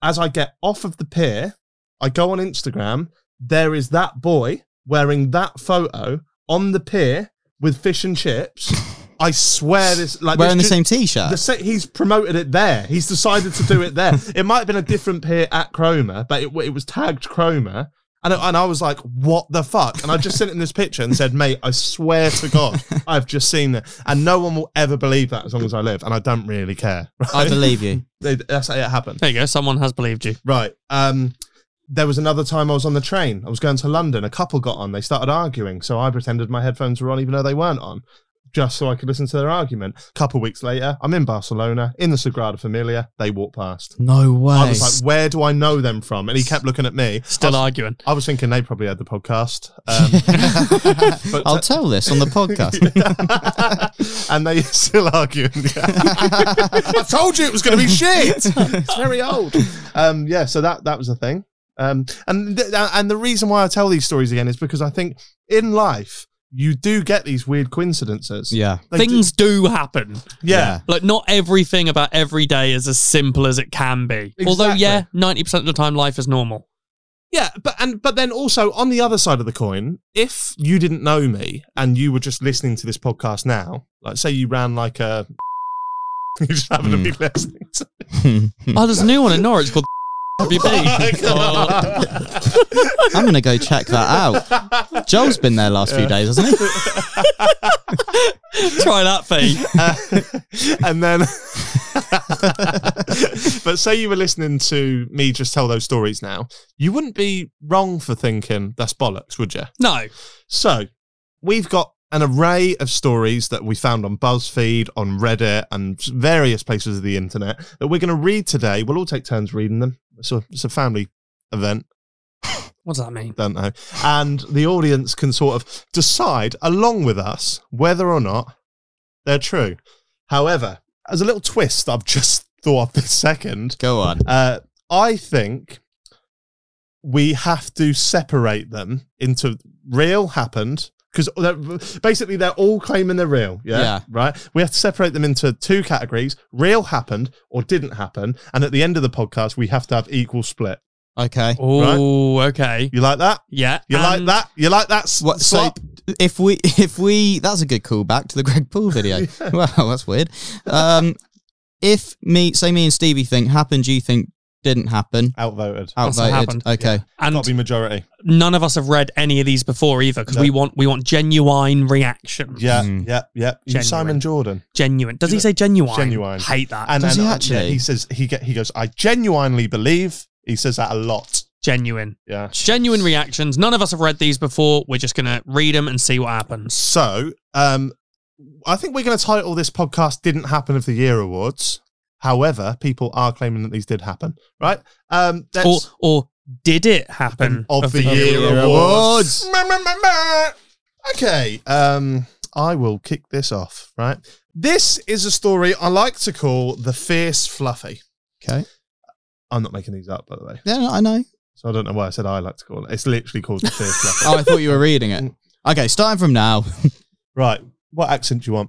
As I get off of the pier, I go on Instagram. There is that boy wearing that photo on the pier with fish and chips. I swear this, like,
wearing the
this ju-
same T-shirt.
Uh, the se- he's promoted it there. He's decided to do it there. it might have been a different pier at Cromer, but it, w- it was tagged Cromer. And, I- and I was like, what the fuck? And I just sent him this picture and said, mate, I swear to God, I've just seen that. And no one will ever believe that as long as I live. And I don't really care.
I believe you.
It- That's how it happened.
There you go. Someone has believed you.
Right. Um, there was another time I was on the train. I was going to London. A couple got on. They started arguing. So I pretended my headphones were on, even though they weren't on, just so I could listen to their argument. A couple weeks later, I'm in Barcelona, in the Sagrada Familia. They walk past.
No way.
I was like, where do I know them from? And he kept looking at me.
Still
I was,
arguing.
I was thinking they probably had the podcast. Um, but-
I'll tell this on the podcast.
and they still arguing. I told you it was going to be shit. It's very old. Um, yeah, so that that was a thing. Um, and th- and the reason why I tell these stories again is because I think in life you do get these weird coincidences.
yeah.
They do-
Things do happen.
yeah.
Like not everything about every day is as simple as it can be. Although
Exactly.
yeah, ninety percent of the time life is normal.
Yeah, but and but then also on the other side of the coin, if you didn't know me and you were just listening to this podcast now, like say you ran like a, you just happened to be listening to Hmm.
Oh, there's a new one in Norwich called WB. Oh,
I'm gonna go check that out. Joel's been there last few days, hasn't he?
try that fee.
Uh, and then but say you were listening to me just tell those stories now you wouldn't be wrong for thinking that's bollocks would you
No.
so we've got an array of stories that we found on BuzzFeed, on Reddit, and various places of the internet that we're going to read today. We'll all take turns reading them. So it's a family event,
What does that mean?
don't know. And the audience can sort of decide along with us whether or not they're true. However, as a little twist, I've just thought of this second.
Go on.
Uh, I think we have to separate them into real happened because basically they're all claiming they're real. Yeah,
Yeah.
Right. We have to separate them into two categories real happened or didn't happen. And at the end of the podcast, we have to have equal split.
Okay.
Oh, okay.
You like that?
Yeah.
You like
and-
that? You like that? s-
What, so
swap?
if we if we that's a good callback to the Greg Paul video. Wow, that's weird. Um, if me say me and Stevie think happened, you think didn't happen.
Outvoted.
Also
Outvoted.
happened.
Oh, Okay.
And
Got to be majority.
none of us have read any of these before either because
No.
we want we want genuine reaction.
Yeah,
Mm.
yeah, yeah. You
Genuine.
Simon Jordan.
Genuine. Does he say genuine?
Genuine.
Hate that.
And,
Does
and
he
yeah,
actually?
he says he get he goes. I genuinely believe. He says that a lot.
genuine.
Yeah.
Genuine reactions. None of us have read these before. We're just gonna read them and see what happens.
So, um, I think we're going to title this podcast "Didn't Happen of the Year Awards." However, people are claiming that these did happen, right? Um, that's
Or or did it happen
of, the, Year, Awards. Ma, ma, ma, ma. Okay, um, I will kick this off. Right, this is a story I like to call the fierce fluffy.
Okay.
I'm not making these up, by the way.
Yeah, no, I know.
So I don't know why I said I like to call it. It's literally called the fierce fluffy.
Oh, I thought you were reading it. Okay, starting from now.
Right, what accent do you want?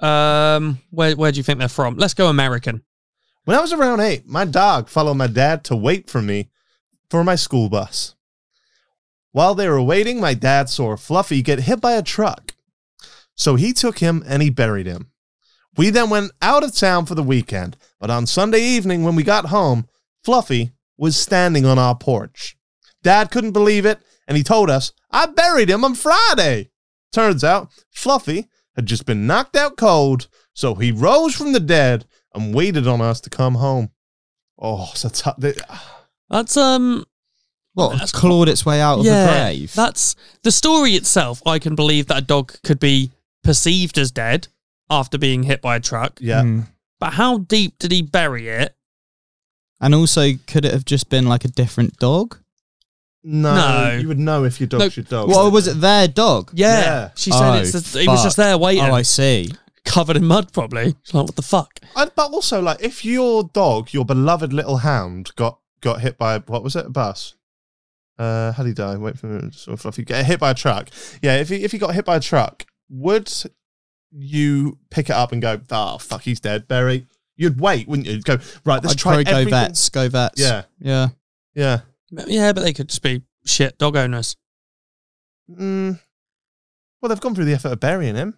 Um where where do you think they're from? Let's go American.
When I was around eight, my dog followed my dad to wait for me for my school bus. While they were waiting, my dad saw Fluffy get hit by a truck. So he took him and he buried him. We then went out of town for the weekend, but on Sunday evening when we got home, Fluffy was standing on our porch. Dad couldn't believe it, and he told us, I buried him on Friday. Turns out Fluffy had just been knocked out cold, so he rose from the dead and waited on us to come home. Oh, so tough.
That's um
What? clawed its way out of the grave.
That's the story itself. I can believe that a dog could be perceived as dead after being hit by a truck.
Yeah.
Hmm.
But how deep did he bury it?
And also, could it have just been like a different dog?
No,
No.
you would know if your dog's
No.
your dog.
Well, was it their dog?
Yeah.
Yeah.
She said
Oh,
it's just, it was
fuck.
just there waiting,
Oh, I see.
covered in mud probably. She's like, what the fuck?
I, but also, like, if your dog, your beloved little hound, got got hit by what was it, a bus? Uh, how did he die? Wait for me. Sort of fluffy. Get hit by a truck. Yeah. If he if he got hit by a truck, would you pick it up and go, "Oh fuck, he's dead, Barry"? You'd wait, wouldn't you? You'd go right. Let's
I'd
try
probably go
everything.
vets. Go vets.
Yeah.
Yeah.
Yeah.
Yeah, but they could just be shit dog owners.
Mm. Well, they've gone through the effort of burying him.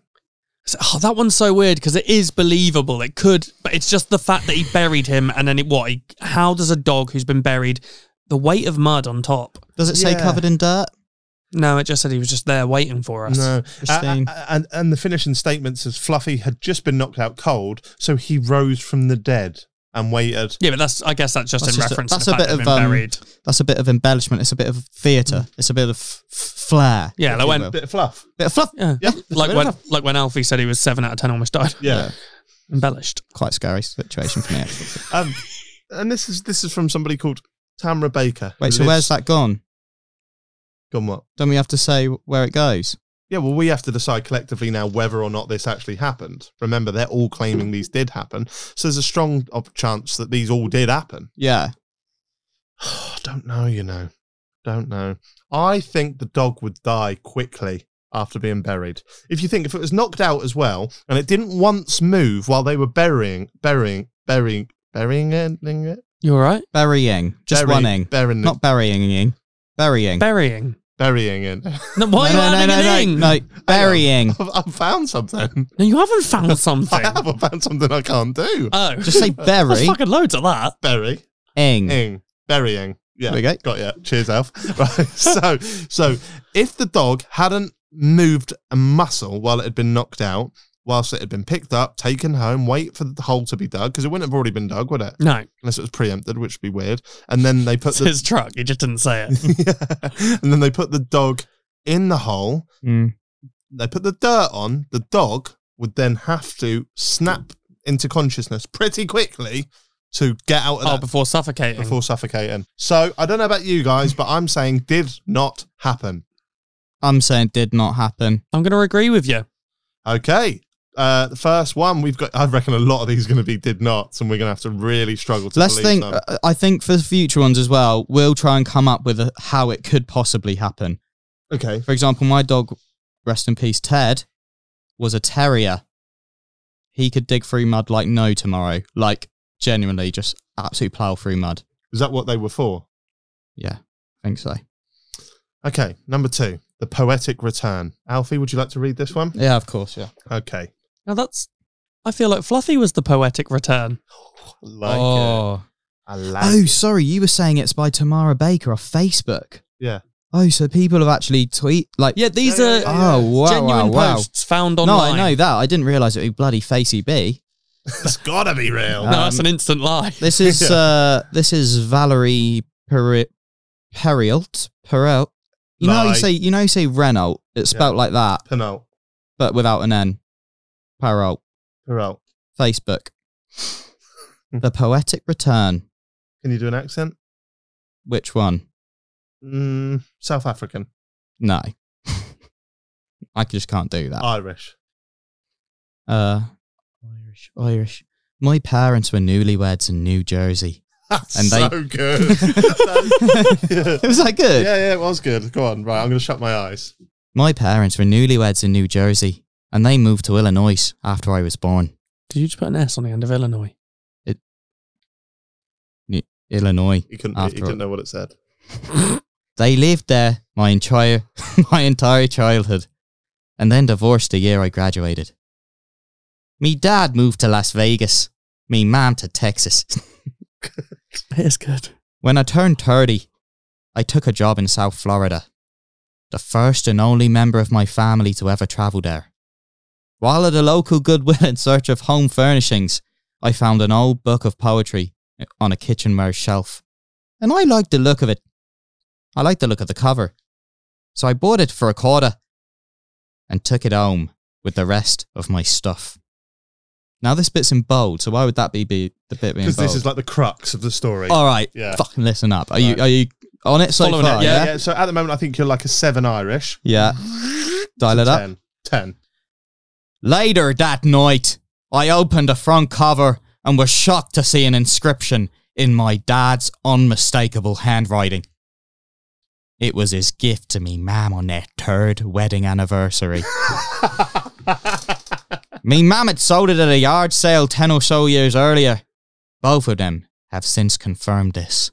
So- oh, that one's so weird because it is believable. It could, but it's just the fact that he buried him and then it what? He, how does a dog who's been buried, the weight of mud on top?
Does it say
Yeah.
covered in dirt?
No, it just said he was just there waiting for us.
No,
Christine.
Uh, uh, and and the finishing statement says Fluffy had just been knocked out cold, so he rose from the dead and waited.
Yeah, but that's I guess that's just
That's
in
just a-
reference
that's
to
a
the fact
bit
that
of,
been
um,
buried.
That's a bit of embellishment. It's a bit of theatre. It's a bit of f- f- flair.
Yeah,
if
like
you
when-
will.
Bit of fluff.
bit of fluff.
Yeah.
Yeah, it's
Like
a bit
when
of fluff.
like when Alfie said he was seven out of ten almost died.
Yeah.
Embellished.
Quite scary situation for me. Actually.
Um, and this is this is from somebody called Tamra Baker. who
Wait, so
lives-
where's that gone?
Gone what?
Don't we have to say where it goes?
Yeah, well, we have to decide collectively now whether or not this actually happened. Remember, they're all claiming these did happen, so there's a strong op- chance that these all did happen.
Yeah.
I don't know, you know. Don't know. I think the dog would die quickly after being buried. If you think if it was knocked out as well and it didn't once move while they were burying burying burying burying it, burying it
You all right?
Burying. Just
burying,
running.
burying it.
Not burying. Burying.
Burying.
burying it.
No, why
no,
are you
no,
adding
no,
it
no,
in?
no, burying.
I've, I've found something.
No, you haven't found
I
something.
have. I found something I can't do.
Oh,
Just say
there's
burying.
fucking loads of that.
Bury. Ing. Burying. Yeah.
Hmm. There we go.
Got you. Cheers, Alf. Right. so, so if the dog hadn't moved a muscle while it had been knocked out, whilst it had been picked up, taken home, wait for the hole to be dug, because it wouldn't have already been dug, would it?
No,
Unless it was preempted, which would be weird. And then they put
it's
the
his truck. He just didn't say it.
yeah. And then they put the dog in the hole.
Mm.
They put the dirt on. The dog would then have to snap into consciousness pretty quickly to get out of
Oh,
that
before suffocating.
before suffocating. So I don't know about you guys, but I'm saying did not happen.
I'm saying did not happen.
I'm going to agree with you.
Okay. Uh, the first one we've got. I reckon a lot of these are going to be did nots, and we're going to have to really struggle to.
Let's
believe
think.
them.
uh, I think for future ones as well, we'll try and come up with a, how it could possibly happen.
Okay.
For example, my dog, rest in peace, Ted, was a terrier. He could dig through mud like no tomorrow. Like genuinely, just absolute plow through mud.
Is that what they were for?
Yeah, I think so.
Okay. Number two, the poetic return. Alfie, would you like to read this one?
Yeah, of course. Yeah.
Okay.
Now that's. I feel like Fluffy was the poetic return.
Like it.
oh.
I like
Oh,
it.
sorry. You were saying it's by Tamara Baker off Facebook.
Yeah.
Oh, so people have actually tweet like.
Yeah, these
Yeah,
are
yeah,
Oh wow!
genuine
wow! Wow!
posts found
No,
online.
I know that. I didn't realize it would be bloody facey B.
It's gotta be real.
No, that's
Um,
an instant lie.
This is uh, this is Valerie Peri- Perrielt. Perel. You know how you
Lie.
say you know how you say Renault. It's
Yeah.
spelt like that,
Penal.
but without an N. Perel.
Penal.
Facebook. the poetic return.
Can you do an accent?
Which one?
Mm, South African.
No. I just can't do that.
Irish.
Uh, Irish, Irish. My parents were newlyweds in New Jersey.
That's
And they-
so good. yeah.
It was that
yeah,
good.
yeah, it was good. Go on. Right, I'm gonna shut my eyes.
My parents were newlyweds in New Jersey, and they moved to Illinois after I was born.
Did you just put an S on the end of Illinois?
Illinois.
You couldn't
After
you couldn't know what it said.
They lived there my entire my entire childhood, and then divorced the year I graduated. Me dad moved to Las Vegas. Me mom to Texas.
It is good.
When I turned 30, I took a job in South Florida, the first and only member of my family to ever travel there. While at a local Goodwill in search of home furnishings, I found an old book of poetry on a kitchenware shelf, and I liked the look of it. I liked the look of the cover, so I bought it for a quarter and took it home with the rest of my stuff. Now this bit's in bold, so why would that be, be the bit being
Because
bold?
this is like the crux of the story.
All right.
Yeah.
Fucking listen up. Are you
Right.
are you on it so
Following it,
far?
yeah,
yeah.
yeah. So at the moment I think you're like a seven Irish.
Yeah. Dial it up.
Ten. Ten.
Later that night, I opened the front cover and was shocked to see an inscription in my dad's unmistakable handwriting. It was his gift to me, mam, on their third wedding anniversary. me mam had sold it at a yard sale ten or so years earlier. Both of them have since confirmed this.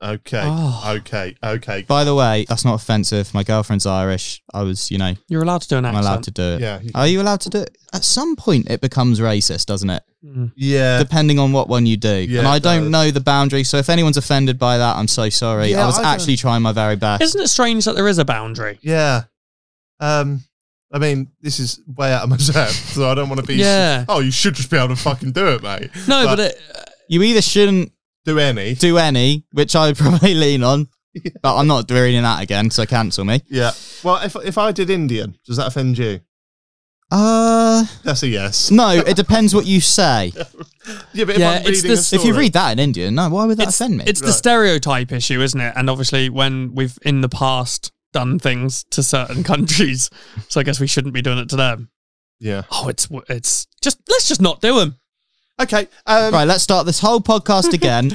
Okay.
Oh.
Okay. Okay.
By the way, that's not offensive. My girlfriend's Irish. I was, you know,
You're allowed to do an
I'm
accent.
allowed to do it.
Yeah, you
Are you allowed to do it? At some point, it becomes racist, doesn't it?
Mm.
Yeah.
Depending on what one you do.
Yeah,
and I
it
don't
does.
know the boundary, so if anyone's offended by that, I'm so sorry.
Yeah,
I was
I don't-
actually trying my very best.
Isn't it strange that there is a boundary?
Yeah. Um, I mean, this is way out of my depth, so I don't want to be.
Yeah.
Oh, you should just be able to fucking do it, mate.
No, but,
But-
it,
you either shouldn't
Do any.
do any, which I would probably lean on, but I'm not reading that again, so cancel me.
yeah. Well, if if I did Indian, does that offend you?
Uh,
That's a yes.
no, it depends what you say.
Yeah, but if
Yeah,
I'm
it's
reading
the-
a
if
If you
story-
read that in Indian, no, why would that
it's,
offend me?
it's the
Right.
stereotype issue, isn't it? And obviously, when we've in the past done things to certain countries, so I guess we shouldn't be doing it to them.
Yeah.
Oh, it's it's just let's just not do them.
Okay. Um,
right, let's start this whole podcast again.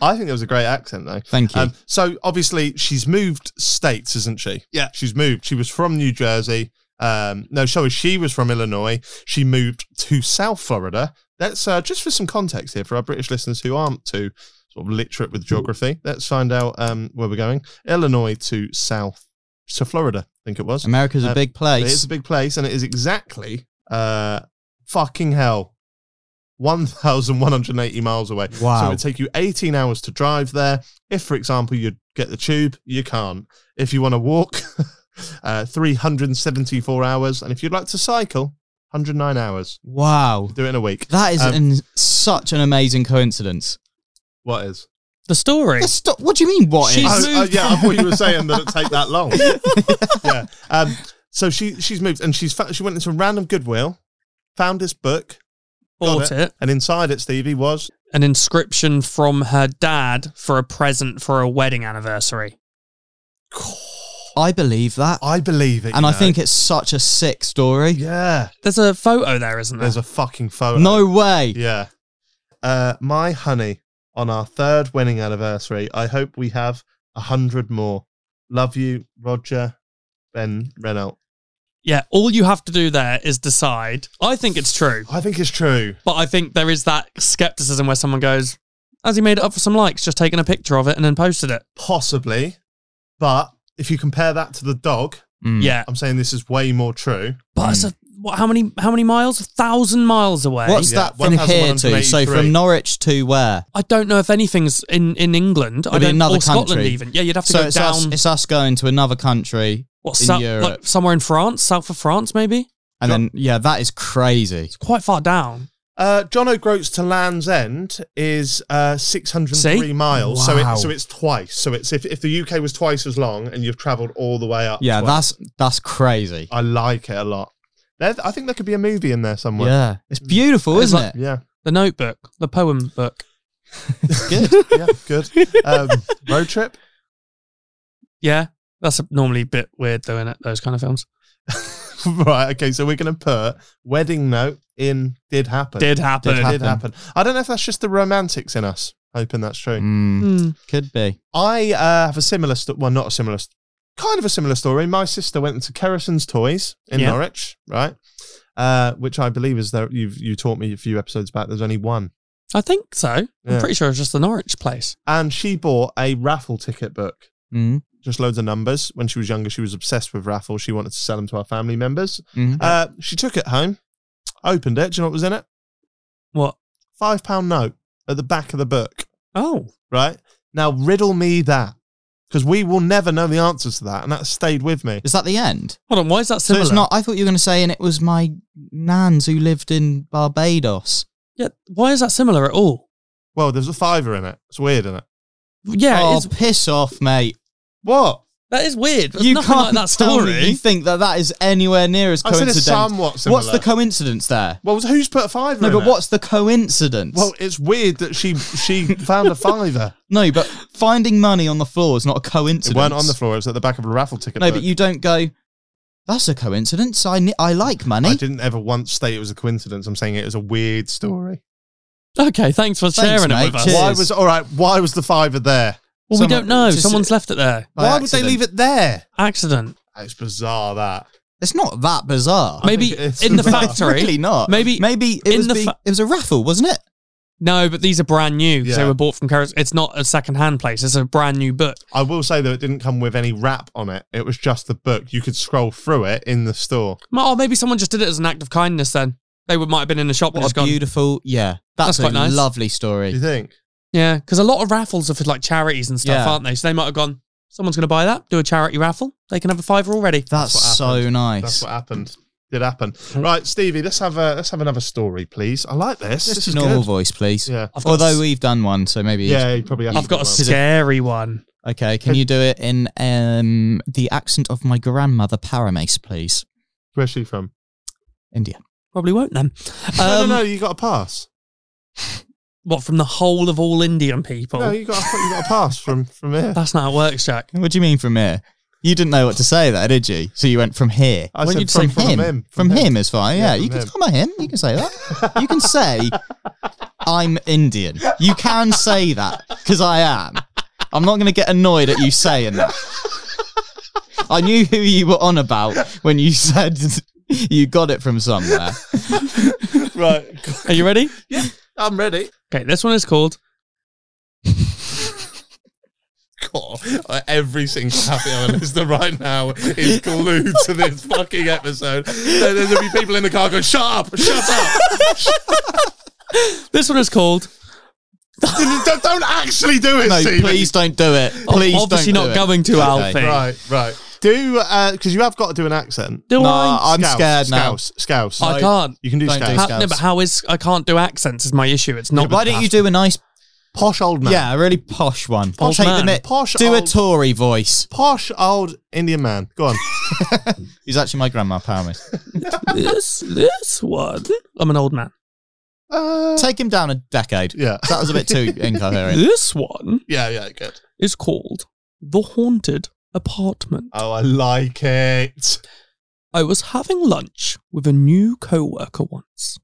I think it was a great accent, though.
Thank you.
Um, so obviously she's moved states, isn't she?
Yeah.
she's moved. She was from New Jersey. Um, no, sorry, she was from Illinois. She moved to South Florida. That's uh, just for some context here for our British listeners who aren't too sort of literate with geography. Let's find out um, where we're going. Illinois to South to Florida, I think it was.
America's
Uh,
a big
It is
place.
a big place, and it is exactly uh, fucking hell. 1,180 miles away. So
Wow.
it would take you 18 hours to drive there. If, for example, you get the tube, you can't. If you want to walk, uh, 374 hours. And if you'd like to cycle, 109 hours.
Wow.
Do it in a week.
That is
Um,
an, such an amazing coincidence.
What is?
The story.
Let's stop- What do you mean? What?
She's-
is-
Oh, oh,
moved.
yeah, I thought you were saying that it take that long. yeah. Um, so she she's moved and she's fa- she went into random Goodwill, found this book, got
Bought it.
and inside it, Stevie was
An inscription from her dad for a present for a wedding anniversary.
I believe that,
I believe it,
and
you
I
know.
think it's such a sick story.
yeah,
There's a photo there, isn't there?
there's a fucking photo.
No way.
yeah. Uh, my honey, on our third wedding anniversary, I hope we have a hundred more. Love you, Roger, Ben Renault.
yeah, all you have to do there is decide. I think it's true,
I think it's true.
but I think there is that skepticism where someone goes, has he made it up for some likes, just taken a picture of it and then posted it?
Possibly, but if you compare that to the dog,
Mm.
Yeah.
I'm saying this is way more true.
But
Hmm.
it's a, what, how many how many miles? A thousand miles away.
What's
Yeah,
that from here to?
1,183.
So from Norwich to where?
I don't know if anything's in, in England. I
It'd be
don't,
another
or Scotland
country.
even. Yeah, you'd have to
So
go
it's
down
us. It's us going to another country,
what,
in
sou-
Europe.
like somewhere in France, south of France maybe.
and then yeah, that is crazy.
Quite far down.
Uh, John O'Groats to Land's End is uh, 603
See?
miles. So,
Wow.
it, so it's twice. So it's if, if the UK was twice as long and you've travelled all the way up.
Yeah,
twice.
that's that's crazy.
I like it a lot. There, I think there could be a movie in there somewhere.
Yeah, it's beautiful,
It's
isn't
like-
it?
Yeah.
The notebook, the poem book.
Good. yeah, good. Um, road trip.
Yeah. That's a, normally a bit weird though, innit? Those kind of films.
right. Okay. So we're going to put Wedding Note in Did Happen.
Did happen.
Did happen. I don't know if that's just the romantics in us. Hoping that's true.
Mm,
Hmm.
could be.
I uh, have a similar, sto- well, not a similar, st- kind of a similar story. My sister went into Kerrison's Toys in
Yeah.
Norwich, right? Uh, which I believe is there. You've you taught me a few episodes back. There's only one,
I think so. I'm
Yeah.
pretty sure it's just the Norwich place.
and she bought a raffle ticket book,
Mm.
just loads of numbers. When she was younger, she was obsessed with raffles. She wanted to sell them to our family members.
Mhm.
Uh, she took it home, opened it. Do you know what was in it?
What?
Five pound note at the back of the book.
Oh.
Right now, riddle me that, because we will never know the answers to that, and that stayed with me.
Is that the end?
Hold on, why is that
So
similar?
it's not. I thought you were going to say, and it was my nans who lived in Barbados.
yeah, why is that similar at all?
Well, there's a fiver in it. It's weird, isn't it?
Yeah,
oh,
it's,
piss off, mate!
What?
that is weird. There's nothing like that
tell me
story.
you think that that is anywhere near as
I said it's
coincidence?
somewhat similar.
What's the coincidence there?
well, who's put a fiver?
No,
in
but
it?
what's the coincidence?
Well, it's weird that she she found a fiver.
no, but finding money on the floor is not a coincidence.
It weren't on the floor. It was at the back of a raffle ticket.
No,
book.
but you don't go. That's a coincidence. I ne- I like money.
I didn't ever once state it was a coincidence. I'm saying it was a weird story.
Okay, thanks for sharing it
mate.
with us.
Cheers.
Why was all right? Why was the fiver there?
Well, we
Someone-
don't know.
just-
Someone's left it there.
By
why would
accident.
they leave it there?
Accident.
It's bizarre that.
It's not that bizarre.
Maybe
think it is.
in the
It's
It's
factory.
really not.
Maybe-
maybe it
in
was
the
be-
fa-
it was a raffle, wasn't it?
No, but these are brand new. 'cause They
Yeah.
were bought from Kerris. It's not a second-hand place. It's a brand new book.
I will say though, it didn't come with any wrap on it. It was just the book. You could scroll through it in the store.
Oh, maybe someone just did it as an act of kindness. Then they would, might have been in the shop and
What
just
a
gone.
beautiful, yeah. That's,
That's quite
a
nice.
Do
lovely
you
story.
think?
Yeah, because a lot of raffles are for like charities and stuff,
Yeah.
aren't they? So they might have gone. Someone's going to buy that. Do a charity raffle. They can have a fiver already.
That's
That's,
what
so
happened.
nice.
That's what happened. Did happen. Right, Stevie, let's have a let's have another story, please. I like this.
Just
this
a
is
normal
good.
voice, please.
Yeah.
I've got a
Although
s-
we've done one, so maybe
Yeah, you probably have
I've got a
to do
scary one.
Okay, can you do it in um, the accent of my grandmother Paramace, please?
that. Where's she from?
India.
Probably won't then.
no,
Um,
no, no, you got a pass.
What from the whole of all Indian people?
No, you got a, you got a pass from from here.
That's not how it works, Jack.
What do you mean from here? You didn't know what to say there, did you? So you went from here.
I
When
said
you'd
from-
say
from
him,
him,
From,
from
him.
him.
is fine.
Yeah,
Yeah,
from
you can
him.
come at him. You can say that. you can say I'm Indian. You can say that because I am. I'm not going to get annoyed at you saying that. I knew who you were on about when you said you got it from somewhere.
right.
Are you ready?
I'm ready.
Okay, this one is called
God, every single happy hour listener right now is glued to this fucking episode. There- There's gonna be people in the car going, "Shut up! Shut up!
This one is called
Don't- don't actually do it,
No,
Stephen."
please don't do it. Please
obviously
don't do
not
it.
going to, Alfie.
Okay.
Right, right. Do because you have got to do an accent.
Do
Nah,
I?
I'm
Scouse,
scared now.
Scouse, Scouse.
I can't.
You can do
Don't do
Scouse.
How, no, but how is I can't do accents is my issue. It's not.
Why don't you do a nice,
Posh old man.
yeah, a really posh one?
Posh
Take
man.
the mitt.
Posh
do a
old-
Tory voice.
Posh old Indian man. Go on.
He's actually my grandma, promise.
this this one? I'm an old man.
Uh,
Take him down a decade.
yeah.
That was a bit too incoherent.
This one
Yeah, yeah, good.
is called the haunted apartment.
Oh, I like it.
I was having lunch with a new coworker once,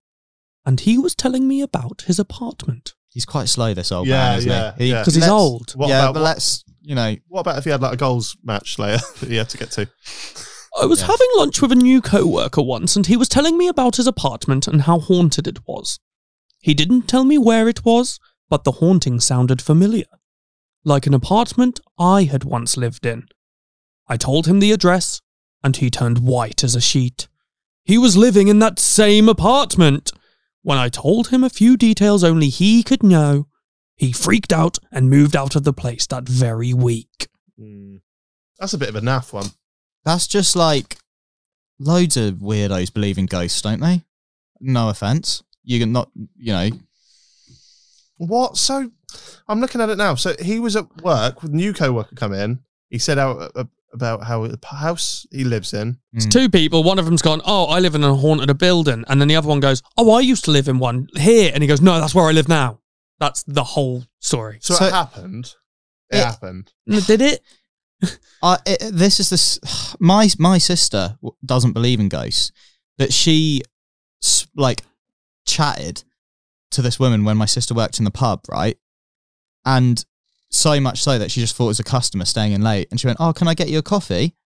and he was telling me about his apartment
He's quite slow, this old
Yeah,
man, isn't
yeah,
he? He-
yeah.
because he's
let's-
old.
What
yeah,
about
but
what,
let's, you know,
what about if he had like a goals match later that he had to get to?
I was
Yeah.
having lunch with a new coworker once, and he was telling me about his apartment and how haunted it was. He didn't tell me where it was, but the haunting sounded familiar, like an apartment I had once lived in. I told him the address, and he turned white as a sheet. He was living in that same apartment. When I told him a few details only he could know, he freaked out and moved out of the place that very week.
That's a bit of a naff one.
That's just like loads of weirdos believe in ghosts, don't they? No offense. You can not, you know.
What? So I'm looking at it now. So he was at work with a new coworker come in. He said out uh, about how the house he lives in.
Mm.
It's two people. One of them's gone, Oh, I live in a haunted a building. And then the other one goes, Oh, I used to live in one here. And he goes, No, that's where I live now. That's the whole story.
So,
So-
it happened. It,
It-
happened.
N- Did it?
I, it, this is this. My my sister w- doesn't believe in ghosts, but she s- like chatted to this woman when my sister worked in the pub, right? And so much so that she just thought it was a customer staying in late, and she went, "Oh, can I get you a coffee?"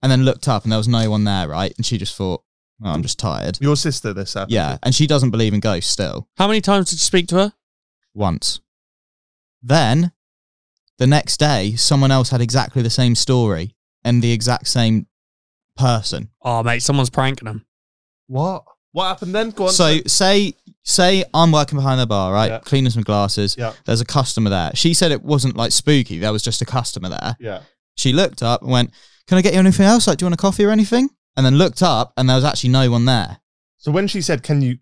And then looked up, and there was no one there, right? And she just thought, "Oh, I'm just tired."
Your sister, this happened.
Yeah, and she doesn't believe in ghosts still.
How many times did you speak to her?
once. Then the next day, someone else had exactly the same story and the exact same person.
Oh, mate, someone's pranking him.
What? What happened then? Go on.
So say say I'm working behind the bar, right?
Yeah.
Cleaning some glasses.
Yeah.
There's a customer there. She said it wasn't like spooky. There was just a customer there.
yeah.
She looked up and went, "Can I get you anything else? Like, do you want a coffee or anything?" And then looked up and there was actually no one there.
So when she said, "Can you?"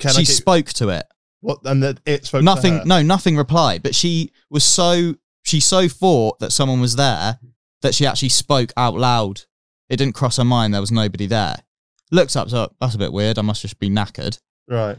Can I
she
get you-
spoke to it.
What? And that it spoke. to
nothing.
her?
No, nothing replied. But she was so she so thought that someone was there that she actually spoke out loud. It didn't cross her mind there was nobody there. Looked up, so that's a bit weird. I must just be knackered.
Right.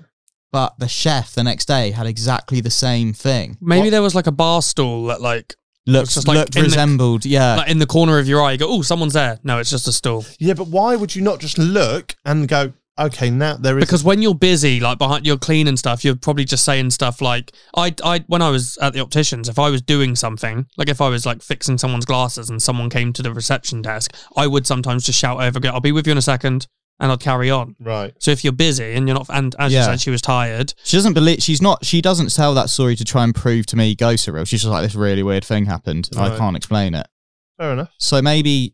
But the chef the next day had exactly the same thing.
Maybe
What-
there was like a bar stool that, like,
looked
just like
looked
in the-
resembled. yeah,
like in the corner of your eye, you go, Oh, someone's there. No, it's just a stool.
Yeah, but why would you not just look and go? Okay, now there is
Because when you're busy, like behind you're clean and stuff, you're probably just saying stuff like I I when I was at the opticians, if I was doing something, like if I was like fixing someone's glasses and someone came to the reception desk, I would sometimes just shout over, go, I'll be with you in a second and I'd carry on.
right.
So if you're busy and you're not and as you
Yeah.
said she was tired,
she doesn't believe. She's not. She doesn't tell that story to try and prove to me ghosts are real. She's just like this really weird thing happened. and
Right.
I can't explain it.
Fair enough.
So maybe,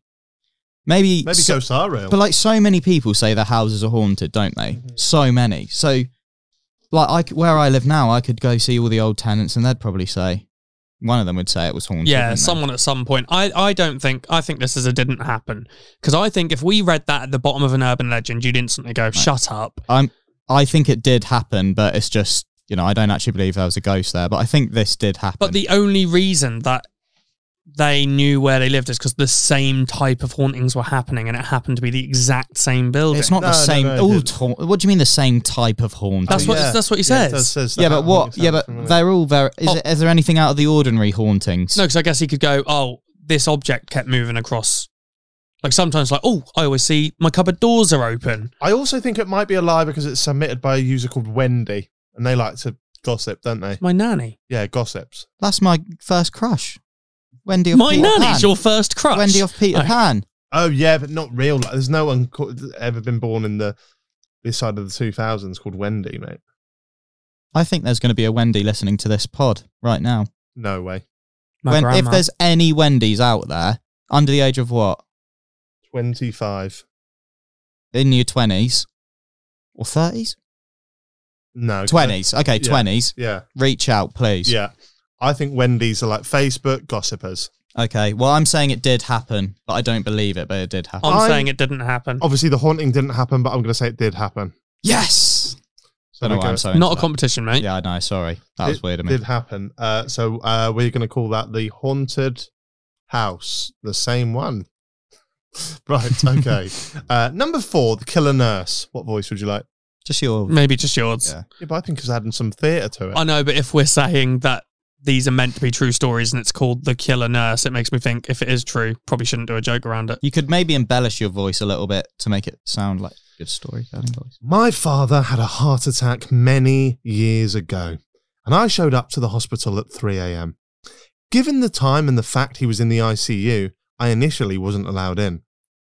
maybe,
Maybe
so-
ghosts are real.
But like so many people say their houses are haunted, don't they?
Mm-hmm.
So many. So like I c where I live now, I could go see all the old tenants and they'd probably say one of them would say it was haunted.
yeah,
wouldn't they?
someone at some point. I, I don't think I think this is a didn't happen because I think if we read that at the bottom of an urban legend, you'd instantly go, shut up.
I'm I think it did happen, but it's just you know, I don't actually believe there was a ghost there, but I think this did happen.
But the only reason that they knew where they lived is because the same type of hauntings were happening, and it happened to be the exact same building.
it's not
No,
the
no,
same
no, it
all
didn't.
ta- what do you mean the same type of haunting?
That's what
Yeah.
that's what he
Yeah, it
says.
does- says
yeah,
that.
but what? Yeah, but they're all very. Is,
Oh.
it, is there anything out of the ordinary hauntings?
no, because I guess he could go, oh, this object kept moving across. Like sometimes, like oh, I always see my cupboard doors are open.
I also think it might be a lie because it's submitted by a user called Wendy, and they like to gossip, don't they?
My nanny,
Yeah, gossips.
that's my first crush, Wendy. Of
my
Peter
nanny's
Pan.
your first crush.
Wendy off Peter
Oh.
Pan.
Oh yeah, but not real. Like, there's no one called, ever been born in the this side of the 2000s called Wendy, mate.
I think there's going to be a Wendy listening to this pod right now.
No way.
My
when if
grandma.
there's any Wendy's out there under the age of what
25.
in your twenties or thirties,
No.
twenties. Okay,
Yeah.
twenties.
Yeah.
Reach out, please.
Yeah. I think Wendy's are like Facebook gossipers.
Okay. Well, I'm saying it did happen, but I don't believe it. But it did happen.
I'm
I-
saying it didn't happen.
Oh,
Obviously, the haunting didn't happen, but I'm going to say it did happen.
yes.
So
Don't know
we
why
go-
I'm so into
Not a
that.
competition, mate.
Yeah, I know. Sorry, that
It
was weird of me.
Did happen. Uh, so uh, we're going to call that the haunted house, the same one. right. Okay. uh, number four, the killer nurse. What voice would you like?
Just your
Maybe just yours.
Yeah.
Yeah, but I think it's adding some theatre to it.
I know, but if we're saying that these are meant to be true stories and it's called The Killer Nurse, it makes me think if it is true, probably shouldn't do a joke around it.
You could maybe embellish your voice a little bit to make it sound like good storytelling voice.
My father had a heart attack many years ago, and I showed up to the hospital at 3 a.m. Given the time and the fact he was in the ICU, I initially wasn't allowed in.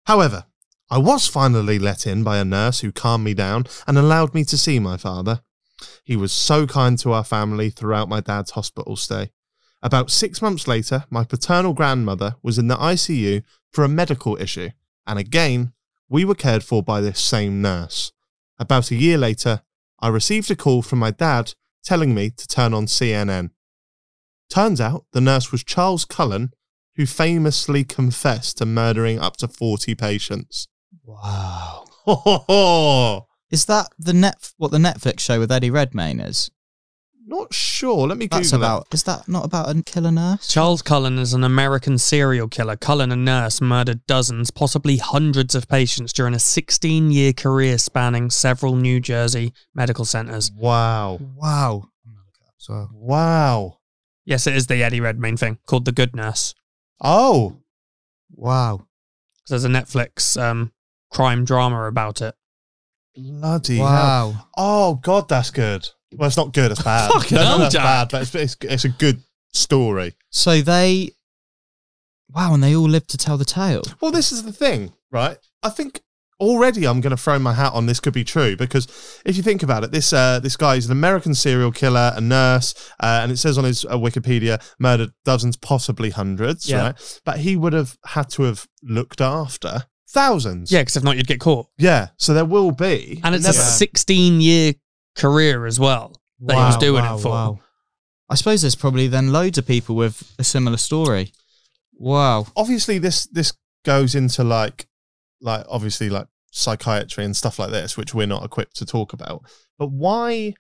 However, I was finally let in by a nurse who calmed me down and allowed me to see my father. He was so kind to our family throughout my dad's hospital stay. About six months later, my paternal grandmother was in the ICU for a medical issue, and again, we were cared for by this same nurse. About a year later, I received a call from my dad telling me to turn on CNN. Turns out the nurse was Charles Cullen, who famously confessed to murdering up to 40 patients.
Wow.
Ho, ho, ho.
Is that the net what the Netflix show with Eddie Redmayne is?
Not sure. Let me Google
That's
it.
about Is that not about a killer nurse?
Charles Cullen is an American serial killer. Cullen, a nurse, murdered dozens, possibly hundreds of patients during a 16 year career spanning several New Jersey medical centers.
Wow.
Wow.
Wow.
Yes, it is the Eddie Redmayne thing called The Good Nurse.
Oh,
Wow.
'Cause There's a Netflix um, crime drama about it.
bloody hell.
Wow.
Oh, God, that's good. Well, it's not good, it's bad.
Fucking
no, no,
hell,
that's
Jack.
bad, but it's, it's, it's a good story.
So they Wow, and they all lived to tell the tale.
Well, this is the thing, right? I think already I'm going to throw my hat on this could be true because if you think about it, this uh, this guy is an American serial killer, a nurse, uh, and it says on his uh, Wikipedia murdered dozens, possibly hundreds,
Yeah.
right? But he would have had to have looked after thousands.
Yeah, because if not, you'd get caught.
yeah. So there will be,
And it's a
never-
16 year career as well that he was doing it for.
I suppose there's probably then loads of people with a similar story. Wow.
obviously this this goes into like like obviously like psychiatry and stuff like this which we're not equipped to talk about but why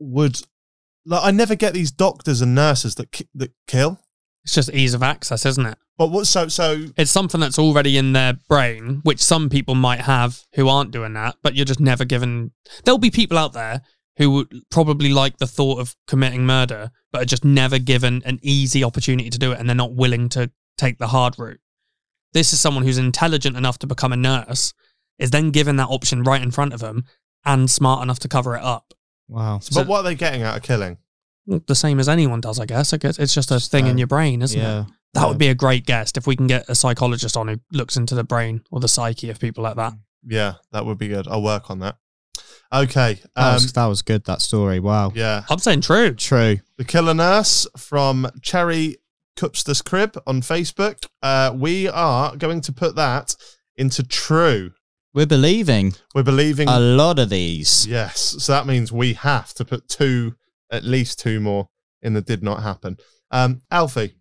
would like i never get these doctors and nurses that ki- that kill
It's just ease of access, isn't it?
but what so so
It's something that's already in their brain, which some people might have who aren't doing that, but you're just never given. There'll be people out there who would probably like the thought of committing murder, but are just never given an easy opportunity to do it and they're not willing to take the hard route. This is someone who's intelligent enough to become a nurse, is then given that option right in front of them and smart enough to cover it up.
Wow.
but what are they getting out of killing
The same as anyone does, I guess. I guess it's just a
Just,
thing
um,
in your brain, isn't it?
yeah.
That would be a great guest if we can get a psychologist on who looks into the brain or the psyche of people like
Mm.
that.
yeah that would be good i'll work on that okay
That,
um
was, that was good, that story. Wow.
yeah
I'm saying true.
True.
the killer nurse from cherry Cupster's crib on facebook uh we are going to put that into true
We're believing
we're believing
a lot of these.
Yes. So that means we have to put two, at least two more in the did not happen. Um, Alfie,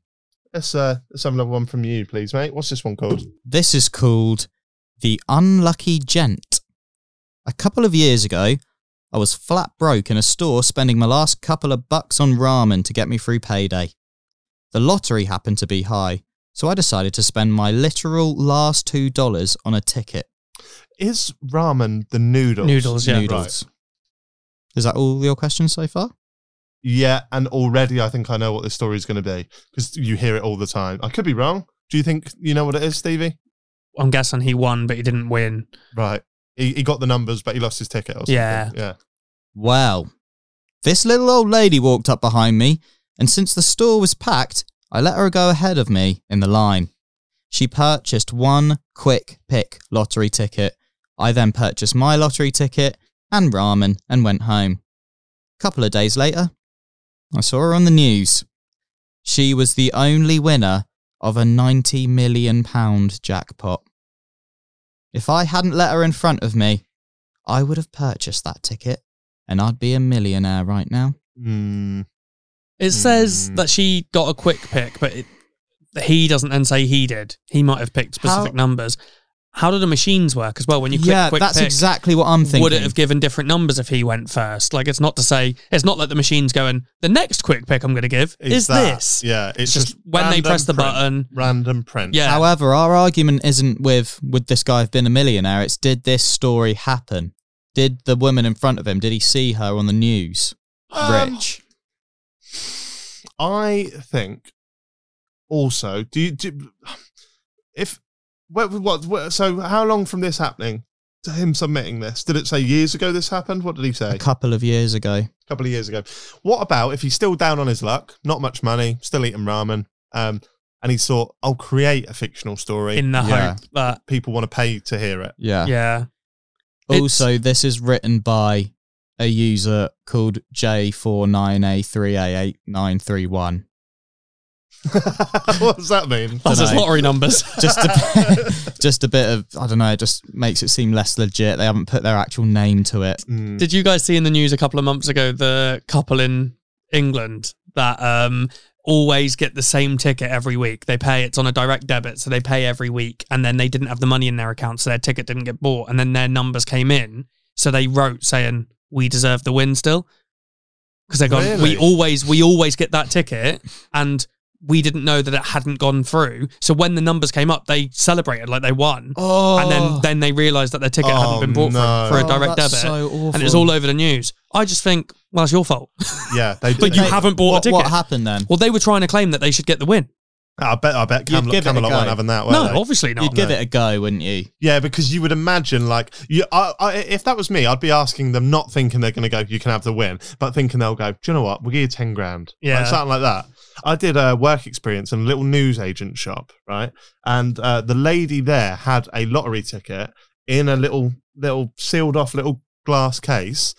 let's, uh, let's have another one from you, please, mate. What's this one called?
This is called The Unlucky Gent. A couple of years ago, I was flat broke in a store spending my last couple of bucks on ramen to get me through payday. The lottery happened to be high, so I decided to spend my literal last two dollars on a ticket.
Is ramen the noodles?
Noodles, yeah.
Noodles. Is that all your questions so far?
Yeah, and already I think I know what this story is going to be because you hear it all the time. I could be wrong. Do you think you know what it is, Stevie?
I'm guessing he won, but he didn't win.
Right. He, he got the numbers, but he lost his ticket or something.
Yeah.
Yeah.
Well, this little old lady walked up behind me, and since the store was packed, I let her go ahead of me in the line. She purchased one quick pick lottery ticket. I then purchased my lottery ticket and ramen and went home. couple of days later, I saw her on the news. She was the only winner of a 90 million pound jackpot. If I hadn't let her in front of me, I would have purchased that ticket and I'd be a millionaire right now.
Mm.
It says
Mm.
Hmm.
that she got a quick pick, but it, he doesn't then say he did. He might have picked specific
How-
numbers. How do the machines work as well? When you click
yeah,
quick
that's
pick,
exactly what I'm thinking.
would it have given different numbers if he went first? Like, it's not to say, it's not like the machine's going, the next quick pick I'm going to give is,
that-
this.
Yeah, it's,
It's
just,
just when they
random
press the
print.
button.
Random print.
Yeah.
However, our argument isn't with would this guy have been a millionaire? It's did this story happen? Did the woman in front of him? Did he see her on the news?
Um,
Rich.
I think also do you do, if what, what, what so how long from this happening to him submitting this did it say years ago this happened what did he say
A couple of years ago.
couple of years ago what about if he's still down on his luck not much money still eating ramen um and he thought I'll create a fictional story
in the
Yeah.
hope that,
people want to pay to hear it
Yeah.
yeah.
Also, this is written by a user called J49A38891.
what does that mean
That's his
Dunno.
lottery numbers.
Just a, just a bit of, I don't know, it just makes it seem less legit. They haven't put their actual name to it.
Mm.
Did you guys see in the news a couple of months ago the couple in England that um always get the same ticket every week? They pay it's on a direct debit, so they pay every week, and then they didn't have the money in their account, so their ticket didn't get bought, and then their numbers came in, so they wrote saying we deserve the win still because they gone
Really?
we always we always get that ticket and. We didn't know that it hadn't gone through. So when the numbers came up, they celebrated like they won.
Oh,
And then, then they realised that their ticket
Oh,
hadn't been bought
no.
for, for a direct debit
So awful.
and it's all over the news. I just think, well, it's your fault.
yeah they
But
did.
you haven't bought
what,
a
what
ticket.
happened then?
well, they were trying to claim that they should get the win.
I bet I bet
You'd
Camelot,
give it a
Camelot weren't
go.
having that were
no,
they?
obviously not.
You'd give it a go, wouldn't you?
Yeah, because you would imagine, like, you, I, I, if that was me, I'd be asking them, not thinking they're going to go, you can have the win, but thinking they'll go, do you know what? We'll give you 10 grand.
Yeah.
Like, something like that. I did a work experience in a little news agent shop, right? And uh, the lady there had a lottery ticket in a little, little sealed off little glass case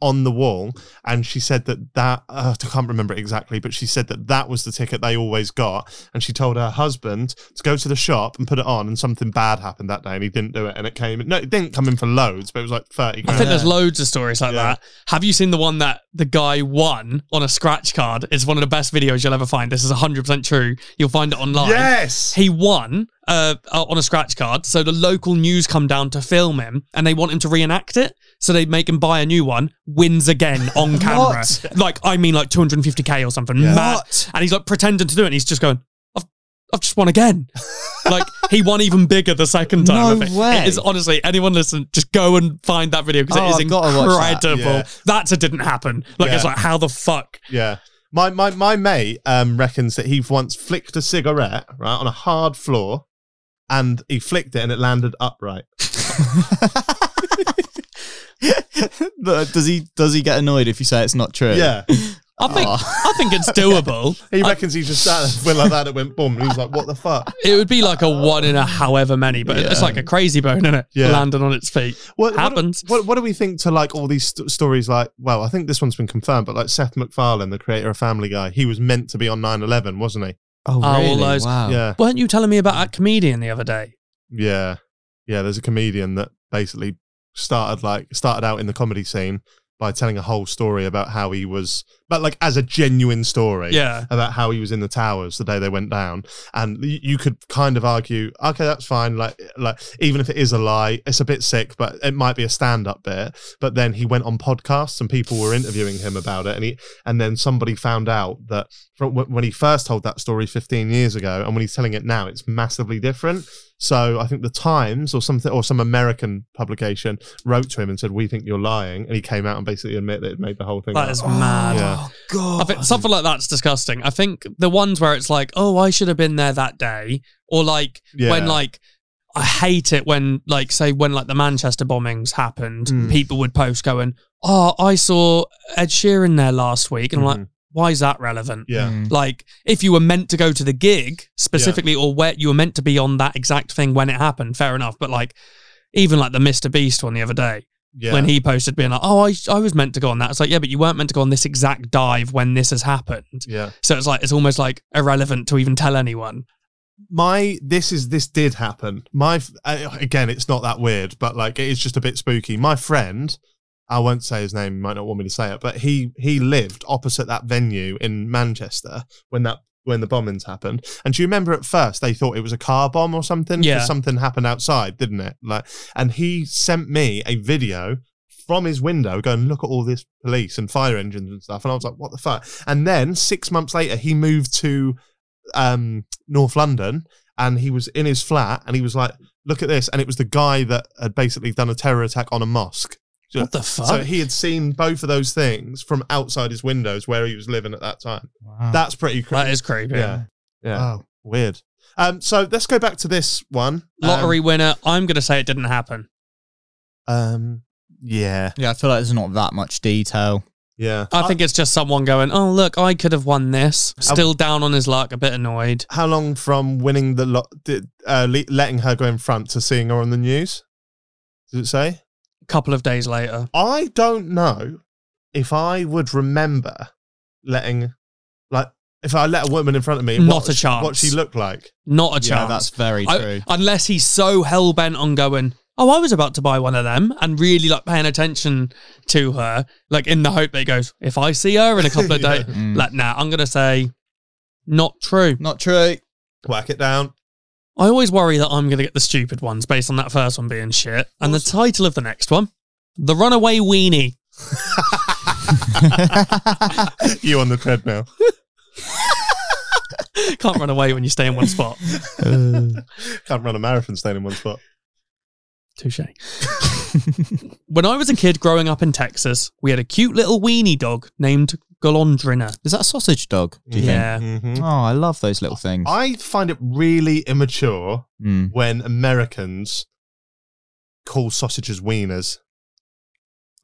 on the wall. And she said that that, uh, I can't remember it exactly, but she said that that was the ticket they always got and she told her husband to go to the shop and put it on, and something bad happened that day, and he didn't do it, and it came. No, it didn't come in for loads, but it was like thirty
I
grand.
think there's loads of stories like
Yeah.
that. Have you seen the one that the guy won on a scratch card? It's one of the best videos you'll ever find. This is 100% true. You'll find it online.
yes,
He won uh, on a scratch card, so the local news come down to film him, and they want him to reenact it. So they make him buy a new one, wins again on camera. Like I mean, like 250k or something. Mad. And he's like pretending to do it, and he's just going, "I've, I've just won again." like he won even bigger the second time.
No
I think.
way.
It is honestly anyone listen, just go and find that video because
Oh,
it is
I've gotta watch that.
incredible.
Yeah.
That's a didn't happen. Like it's
Yeah.
like how the fuck.
yeah. My my my mate um, reckons that he once flicked a cigarette right on a hard floor, and he flicked it and it landed upright.
But does he does he get annoyed if you say it's not true?
Yeah,
I think I think it's doable.
Oh. he reckons he just sat there, went like that. It went boom, and he's like, "What the fuck?"
It would be like a one in a however many, but it's like a crazy bone, isn't it?
Yeah.
Landing on its feet.
What
Happens.
What, what, what do we think to like all these st- stories? Like, well, I think this one's been confirmed, but like Seth MacFarlane, the creator of Family Guy, he was meant to be on 9-11, wasn't he?
Oh,
all
really?
those-
Wow.
Yeah,
Weren't you telling me about that comedian the other day?
yeah, yeah. There's a comedian that basically started like started out in the comedy scene by telling a whole story about how he was, but like as a genuine story.
Yeah.
About how he was in the towers the day they went down, and y- you could kind of argue, okay, that's fine. Like, like even if it is a lie, it's a bit sick, but it might be a stand-up bit. but then he went on podcasts and people were interviewing him about it and he and then somebody found out that from wh- when he first told that story 15 years ago and when he's telling it now it's massively different so i think the times or something or some american publication wrote to him and said we think you're lying and he came out and basically admit that it made the whole thing
That
up.
is mad.
yeah.
Oh,
I think something like that's disgusting. I think the ones where it's like, oh, I should have been there that day, or like
Yeah.
when like I hate it when like say when like the Manchester bombings happened,
Mm.
people would post going, oh, I saw Ed Sheeran there last week, and I'm like, why is that relevant?
Mm-hmm. yeah
Like if you were meant to go to the gig specifically, or where you were meant to be on that exact thing when it happened, fair enough. But like even like the Mr Beast one the other day.
yeah.
when he posted being like, oh, I, I was meant to go on that. It's like, yeah, but you weren't meant to go on this exact dive when this has happened.
yeah.
So it's like, it's almost like irrelevant to even tell anyone.
my this is this did happen. My f- uh, again, it's not that weird, but like it is just a bit spooky. My friend, I won't say his name. You might not want me to say it, but he he lived opposite that venue in Manchester when that when the bombings happened. And do you remember at first they thought it was a car bomb or something? 'Cause
Yeah.
something happened outside, didn't it? Like, and he sent me a video from his window going, look at all this police and fire engines and stuff. And I was like, what the fuck? And then six months later, he moved to um, North London and he was in his flat and he was like, look at this. And it was the guy that had basically done a terror attack on a mosque. So-
What the fuck?
So he had seen both of those things from outside his windows where he was living at that time.
Wow.
That's pretty crazy.
that is creepy.
yeah. Yeah.
Wow.
Weird. Um, so let's go back to this one. Um,
Lottery winner. I'm going to say it didn't happen.
um, yeah.
Yeah, I feel like there's not that much detail.
Yeah.
I think it's just someone going, oh, look, I could have won this. Still down on his luck, a bit annoyed.
how long from winning the lot, did, uh, le- letting her go in front to seeing her on the news? Does it say?
A couple of days later.
I don't know if I would remember letting, like, if I let a woman in front of me,
Not
what
a
she-
chance.
What she looked like.
Not a chance.
Yeah, that's very
I-
true.
unless he's so hell bent on going, oh, I was about to buy one of them, and really like paying attention to her, like in the hope that he goes, if I see her in a couple of days,
Yeah.
Mm.
like, nah, I'm gonna say, not true.
Not true.
Whack it down.
I always worry that I'm gonna get the stupid ones based on that first one being shit, and the title of the next one, the Runaway Weenie.
you on the treadmill.
Can't run away when you stay in one spot.
Can't run a marathon staying in one spot.
Touche. when I was a kid growing up in Texas, we had a cute little weenie dog named Golondrina.
Is that a sausage dog? Do you
Yeah.
Mm-hmm.
think? Oh, I love those little things.
I find it really immature
Hmm.
Mm.
when Americans call sausages wieners.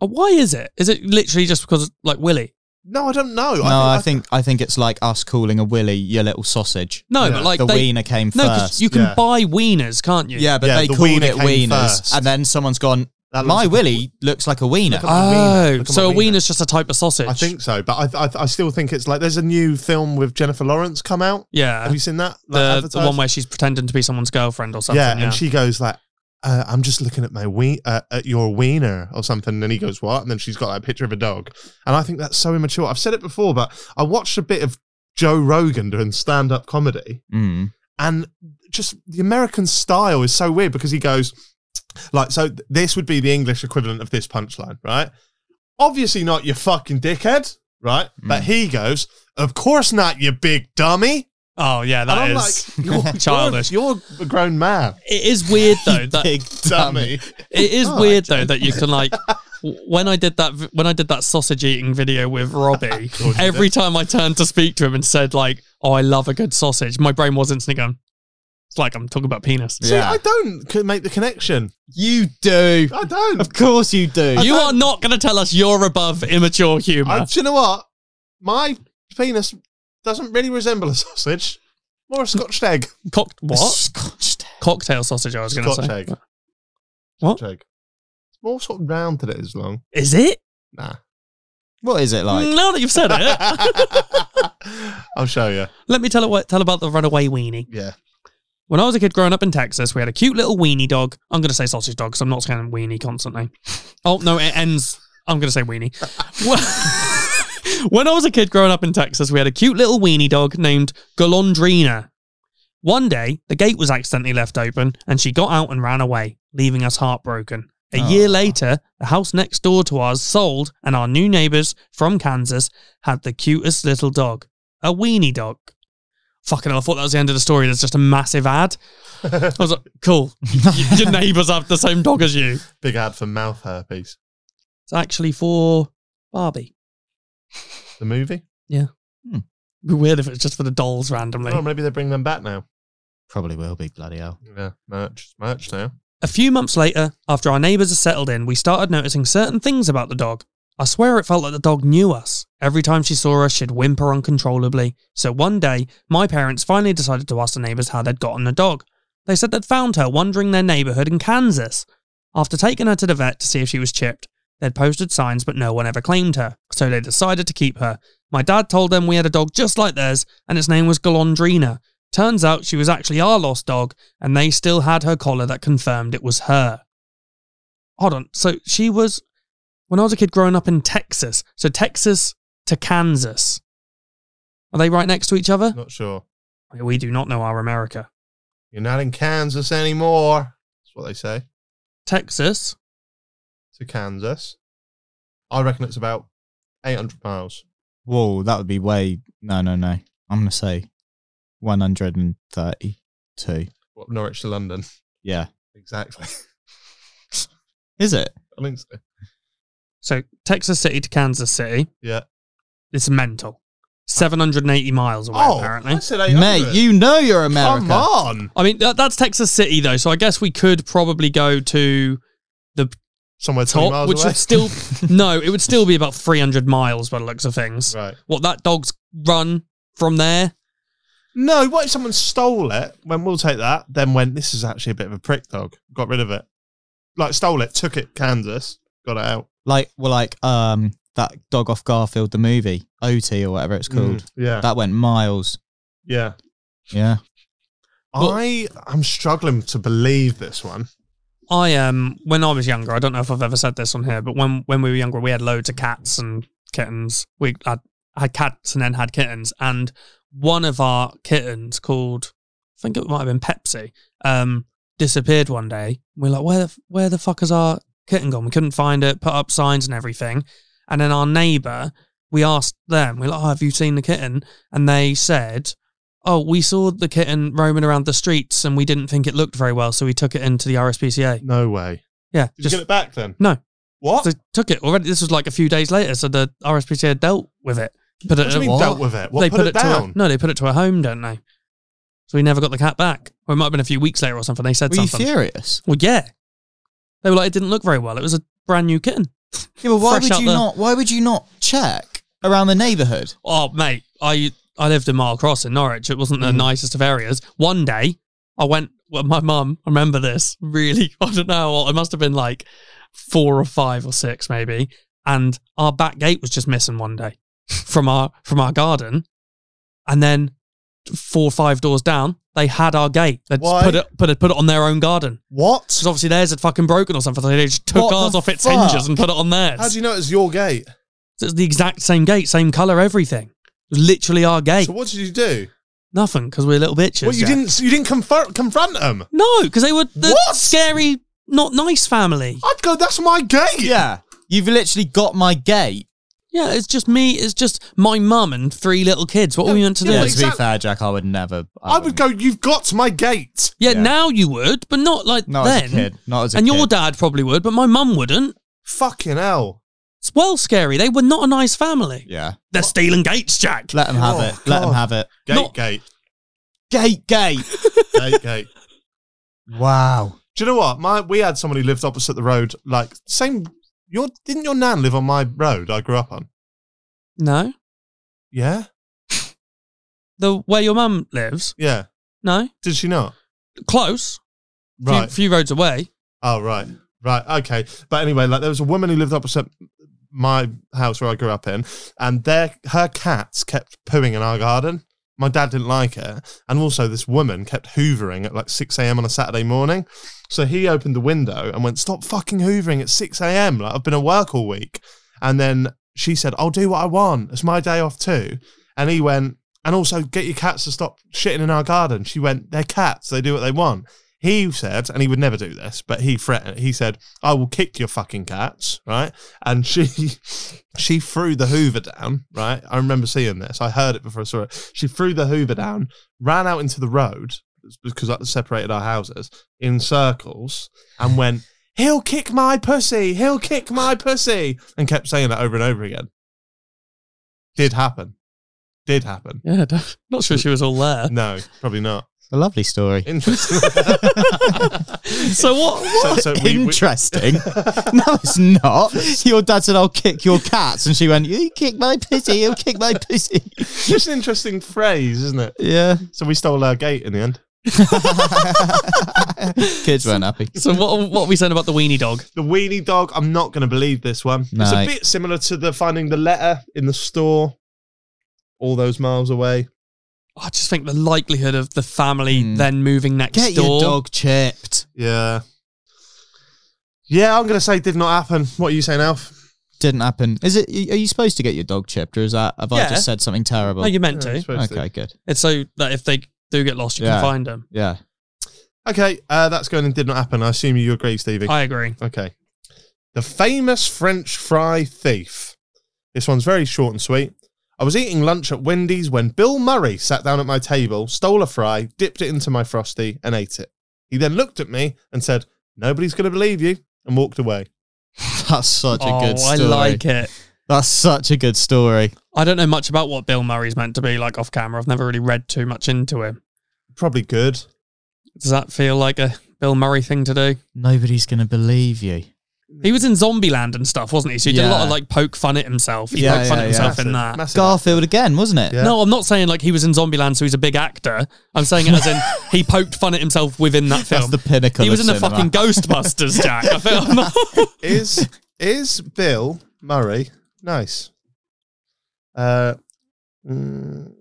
Uh, Why is it? Is it literally just because like Willie?
No, I don't know.
No, I think I think it's like us calling a willy your little sausage.
No,
Yeah.
but like
the
they,
wiener came
no,
first.
because you can
yeah.
buy wieners, can't you?
yeah, but
Yeah,
they
the
called
wiener
it
came
wieners,
first.
and then someone's gone.
That
My
looks like a
willy looks like a wiener.
Look at my wiener.
Oh,
Look at
so
my
a
wiener.
wiener's just a type of sausage.
I think so, but I, I I still think it's like there's a new film with Jennifer Lawrence come out.
Yeah.
Have you seen that?
The, the
advertised?
one where she's pretending to be someone's girlfriend or something.
yeah,
Yeah.
and she goes like, uh, "I'm just looking at my ween uh, at your wiener or something," and he goes, "What?" And then she's got like, a picture of a dog, and I think that's so immature. I've said it before, but I watched a bit of Joe Rogan doing stand up comedy,
Mm.
and just the American style is so weird because he goes like, "So th- this would be the English equivalent of this punchline, right?" Obviously not, you fucking dickhead, right?
Mm.
But he goes, "Of course not, you big dummy."
oh, yeah,
And
that
I'm
is.
like, you're,
Childish.
You're, you're a grown man,
it is weird though. That
Big dummy.
dummy.
it
Oh,
is weird though that you can like. w- When I did that, v- when I did that sausage eating video with Robbie, every time I turned to speak to him and said like, "Oh, I love a good sausage," my brain was instantly going. It's like I'm talking about penis.
See,
Yeah.
I don't c- make the connection.
You do.
I don't.
Of course you do.
You are not going to tell us you're above immature humour.
I, do you know what? My penis doesn't really resemble a sausage. More a Scotch egg.
Cock- what?
Scotch tape.
Cocktail sausage, I was going to
Scotch
say.
egg.
What?
Scotch egg. It's more sort of round than it is long.
Is it?
Nah.
What is it like?
now that you've said it,
I'll show you.
let me tell it what, tell about the runaway weenie.
Yeah.
When I was a kid growing up in Texas, we had a cute little weenie dog. I'm going to say sausage dog because I'm not saying weenie constantly. Oh, no, it ends. I'm going to say weenie. Wh- when I was a kid growing up in Texas, we had a cute little weenie dog named Golondrina. One day, the gate was accidentally left open and she got out and ran away, leaving us heartbroken. A year later, the house next door to ours sold, and our new neighbors from Kansas had the cutest little dog, a weenie dog. Fucking hell, I thought that was the end of the story. There's just a massive ad. I was like, cool. Y- Your neighbors have the same dog as you.
Big ad for mouth herpes.
It's actually for Barbie.
The movie?
It'd be weird if it's just for the dolls randomly.
Oh, maybe they bring them back now.
Probably will be bloody hell.
Yeah. Merch. Merch now.
A few months later, after our neighbours had settled in, we started noticing certain things about the dog. I swear it felt like the dog knew us. Every time she saw us, she'd whimper uncontrollably. So one day, my parents finally decided to ask the neighbours how they'd gotten the dog. They said they'd found her wandering their neighbourhood in Kansas. After taking her to the vet to see if she was chipped, they'd posted signs, but no one ever claimed her, so they decided to keep her. My dad told them we had a dog just like theirs, and its name was Golondrina. Turns out she was actually our lost dog, and they still had her collar that confirmed it was her. Hold on, so she was. When I was a kid growing up in Texas, so Texas to Kansas. Are they right next to each other?
Not sure.
We do not know our America.
You're not in Kansas anymore. That's what they say.
Texas,
To Kansas. I reckon it's about 800 miles.
Whoa, that would be way. No, no, no. I'm going to say 132.
What, Norwich to London.
Yeah.
Exactly.
Is it?
I think so.
so Texas City to Kansas City.
Yeah.
It's mental. 780 miles away, apparently.
Oh, I said 800.
Mate, you know you're America.
Come on.
I mean, that, that's Texas City, though, so I guess we could probably go to
Somewhere 20
top,
miles
which
away.
would still, no, it would still be about 300 miles by the looks of things.
right.
What, that dog's run from there?
No, what if someone stole it? When we'll take that, then went, this is actually a bit of a prick dog. Got rid of it. Like, stole it, took it, Kansas, got it out.
Like, well, like um, that dog off Garfield, the movie, OT or whatever it's called.
Mm, yeah.
That went miles.
yeah.
Yeah.
I am struggling to believe this one.
I, um, when I was younger, I don't know if I've ever said this on here, but when, when we were younger, we had loads of cats and kittens. We had, had cats and then had kittens. And one of our kittens called, I think it might have been Pepsi, um, disappeared one day. We are like, where the, where the fuck is our kitten gone? We couldn't find it, put up signs and everything. And then our neighbour, we asked them, we are like, oh, have you seen the kitten? And they said, oh, we saw the kitten roaming around the streets and we didn't think it looked very well, so we took it into the RSPCA.
No way.
Yeah,
Did
just
you get it back then?
No.
What?
they took it already. This was like a few days later, so the RSPCA dealt with it. But
what do you mean dealt with it? What,
they
put, it,
to
down?
A, no, they put it to a home, don't they? So we never got the cat back. Or it might have been a few weeks later or something. They said
Were you
something.
furious?
well, yeah, they were like, it didn't look very well. It was a brand new kitten.
Yeah, but why
Fresh
would
out
you
the-
not? Why would you not check around the neighbourhood?
Oh, mate, I I lived in Mile Cross in Norwich. It wasn't
Mm.
the nicest of areas. One day, I went. Well, my mum, I remember this really. I don't know. what- It must have been like four or five or six, maybe. And our back gate was just missing one day from our from our garden, and then four or five doors down, they had our gate. They
Why?
just put it put it put it on their own garden
What?
because obviously theirs had fucking broken or something. So they just took
What the
ours off its
fuck?
hinges and put it on theirs.
How do you know it's your gate?
So it's the exact same gate, same color, everything. It was literally our gate.
So what did you do?
Nothing, because we're little bitches.
Well, you
yeah.
didn't. You didn't confront confront them.
No, because they were the
What?
scary, not nice family.
I'd go. That's my gate.
Yeah, you've literally got my gate.
Yeah, it's just me. It's just my mum and three little kids. What were we meant to do?
Yeah,
Yeah,
but
to be
exact-
fair, Jack, I would never.
I would go. You've got my gate.
yeah.
now you would, but not like
Not
then.
as a kid. Not as a
and
kid.
your dad probably would, but my mum wouldn't.
Fucking hell.
It's well scary. They were not a nice family.
Yeah,
They're stealing gates, Jack.
let them have
Oh,
it. Let them
God.
have it.
Gate,
Not-
gate,
Gate, gate.
gate, gate.
wow.
Do you know what? My we had somebody lived opposite the road. Like same. Your didn't your nan live on my road I grew up on?
No,
Yeah,
the where your mum lives.
yeah.
No,
Did she not?
close. Few-
Right.
few, roads away.
Oh, right, right, okay. But anyway, like there was a woman who lived opposite my house where I grew up in, and their her cats kept pooing in our garden. My dad didn't like it, and also this woman kept hoovering at like six a.m. on a Saturday morning. So he opened the window and went, "Stop fucking hoovering at six a.m. Like I've been at work all week." And then she said, "I'll do what I want. It's my day off too." And he went, "And also get your cats to stop shitting in our garden." She went, "They're cats. They do what they want." He said, and he would never do this, but he threatened. He said, "I will kick your fucking cats," right? And she, she threw the Hoover down, right? I remember seeing this. I heard it before I saw it. She threw the Hoover down, ran out into the road it's because that separated our houses in circles, and went, "He'll kick my pussy. He'll kick my pussy," and kept saying that over and over again. Did happen. Did happen.
Yeah, not sure she was all there.
No, probably not.
A lovely story.
Interesting.
So what?
So- so we- we-
Interesting. no, it's not. Your dad said, "I'll kick your cats," and she went, "You kick my pussy. You'll kick my pussy."
Just an interesting phrase, isn't it?
Yeah.
So we stole our gate in the end.
Kids weren't happy.
So what what are we saying about the weenie dog?
The weenie dog, I'm not going to believe this one. It's
No.
a bit similar to the finding the letter in the store all those miles away.
I just think the likelihood of the family
Hmm.
then moving next
Get
door.
your dog chipped.
Yeah. Yeah, I'm going to say did not happen. What are you saying, Alf?
Didn't happen. Is it? Are you supposed to get your dog chipped, or is that? Have I
Yeah.
just said something terrible?
No, you meant
Yeah, I
to.
suppose so.
okay, good.
It's so that if they do get lost, you
Yeah.
can find them.
Yeah.
Okay, uh, that's going and did not happen. I assume you agree, Stevie.
I agree.
Okay. The famous French fry thief. This one's very short and sweet. I was eating lunch at Wendy's when Bill Murray sat down at my table, stole a fry, dipped it into my frosty, and ate it. He then looked at me and said, Nobody's going to believe you, and walked away.
That's such a
Oh,
good
I
story.
like it.
That's such a good story.
I don't know much about what Bill Murray's meant to be like off camera. I've never really read too much into him.
Probably good.
Does that feel like a Bill Murray thing to do?
Nobody's gonna believe you.
He was in Zombieland and stuff, wasn't he? So he did a lot of
Yeah.
like poke fun at himself. He
Yeah,
poked fun
yeah,
at himself
Massive-
in that.
massive.
Garfield again, wasn't it?
Yeah.
No, I'm not saying like he was in Zombieland, so he's a big actor. I'm saying it as in he poked fun at himself within that
That's
film.
the pinnacle.
he was in
of
the
cinema.
fucking Ghostbusters, Jack. I feel I'm not-
is is Bill Murray nice? Uh, mm,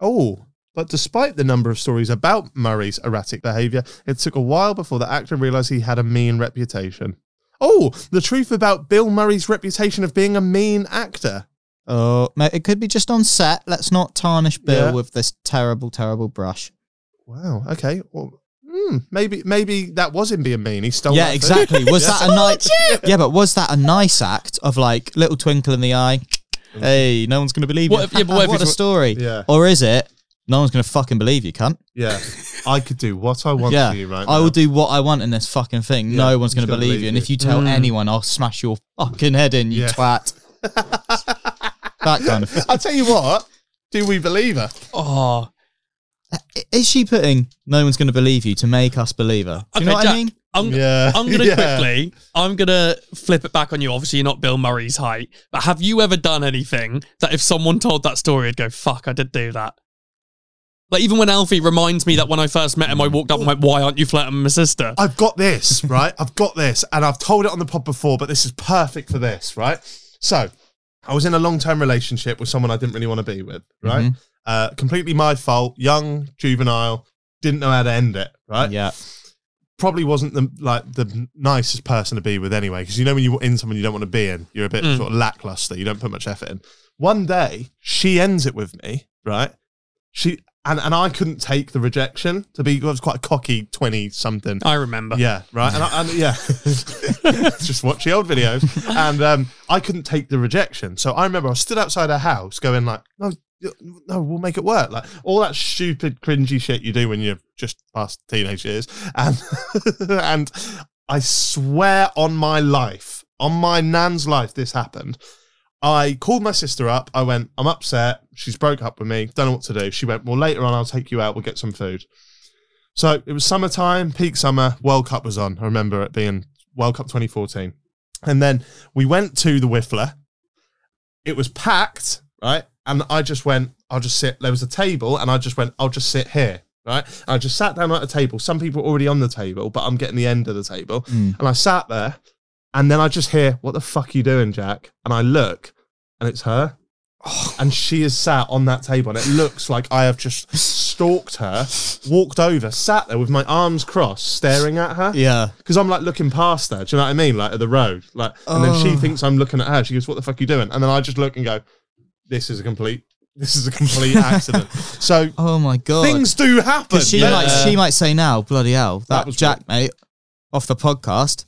oh, but despite the number of stories about Murray's erratic behaviour, it took a while before the actor realised he had a mean reputation. Oh, the truth about Bill Murray's reputation of being a mean actor.
Oh, mate, it could be just on set. Let's not tarnish Bill
Yeah.
with this terrible, terrible brush.
Wow. Okay. Well, hmm, maybe maybe that was him being mean. He stole.
yeah,
that
exactly. Was that a nice? Yeah, but was that a nice act of like little twinkle in the eye? hey, no one's gonna believe
What if-
you.
yeah, but what if
what a
it's-
story.
Yeah.
Or is it? No one's gonna fucking believe you,
food.
cunt.
Yeah. I could do what I want
yeah,
to you right
I
now.
will do what I want in this fucking thing.
Yeah,
no one's
who's
gonna
gonna
believe,
believe
you, and
you?
if you tell anyone, I'll smash your fucking head in, you
Yeah.
twat. that kind of.
I'll tell you what. Do we believe her?
oh,
Uh, Is she putting? No one's gonna believe you to make us believe her. Do
okay,
you know what
Jack,
I mean?
I'm,
Yeah.
I'm gonna
Yeah.
quickly. I'm gonna flip it back on you. Obviously, you're not Bill Murray's height, but have you ever done anything that if someone told that story, I'd go, "Fuck, I did do that." Like even when Alfie reminds me that when I first met him, I walked up and went, "Why aren't you flirting with my sister?"
I've got this, right? I've got this, and I've told it on the pod before, but this is perfect for this, right? So, I was in a long term relationship with someone I didn't really want to be with, right? Uh, completely my fault, young, juvenile, didn't know how to end it, right?
Yeah.
Probably wasn't the like the nicest person to be with anyway, because you know when you're in someone you don't want to be in, you're a bit
Mm.
sort of lackluster, you don't put much effort in. One day, she ends it with me, right? She and, and I couldn't take the rejection to be I was quite a cocky twenty something.
I remember.
Yeah, right. And, I, and yeah, just watch the old videos. And um, I couldn't take the rejection, so I remember I stood outside her house, going like, "No, y- no, we'll make it work." Like all that stupid, cringy shit you do when you're just past teenage years. And and I swear on my life, on my nan's life, this happened. I called my sister up. I went, I'm upset. She's broke up with me. Don't know what to do. She went, Well, later on, I'll take you out. We'll get some food. So it was summertime, peak summer. World Cup was on. I remember it being World Cup 2014. And then we went to the Whiffler. It was packed, right? And I just went, I'll just sit. There was a table, and I just went, I'll just sit here, right? And I just sat down at a table. Some people were already on the table, but I'm getting the end of the table. And I sat there, and then I just hear, What the fuck you doing, Jack? And I look, and it's her. And she is sat on that table, and it looks like I have just stalked her, walked over, sat there with my arms crossed, staring at her.
Yeah.
Because I'm like looking past her, do you know what I mean? Like at the road, like, and then she
Oh.
thinks I'm looking at her. She goes, "What the fuck are you doing?" And then I just look and go, "This is a complete, this is a complete accident." So
Oh my god.
things do happen.
'Cause she
Yeah.
might she might say now, bloody hell, that,
was
Jack mate off the podcast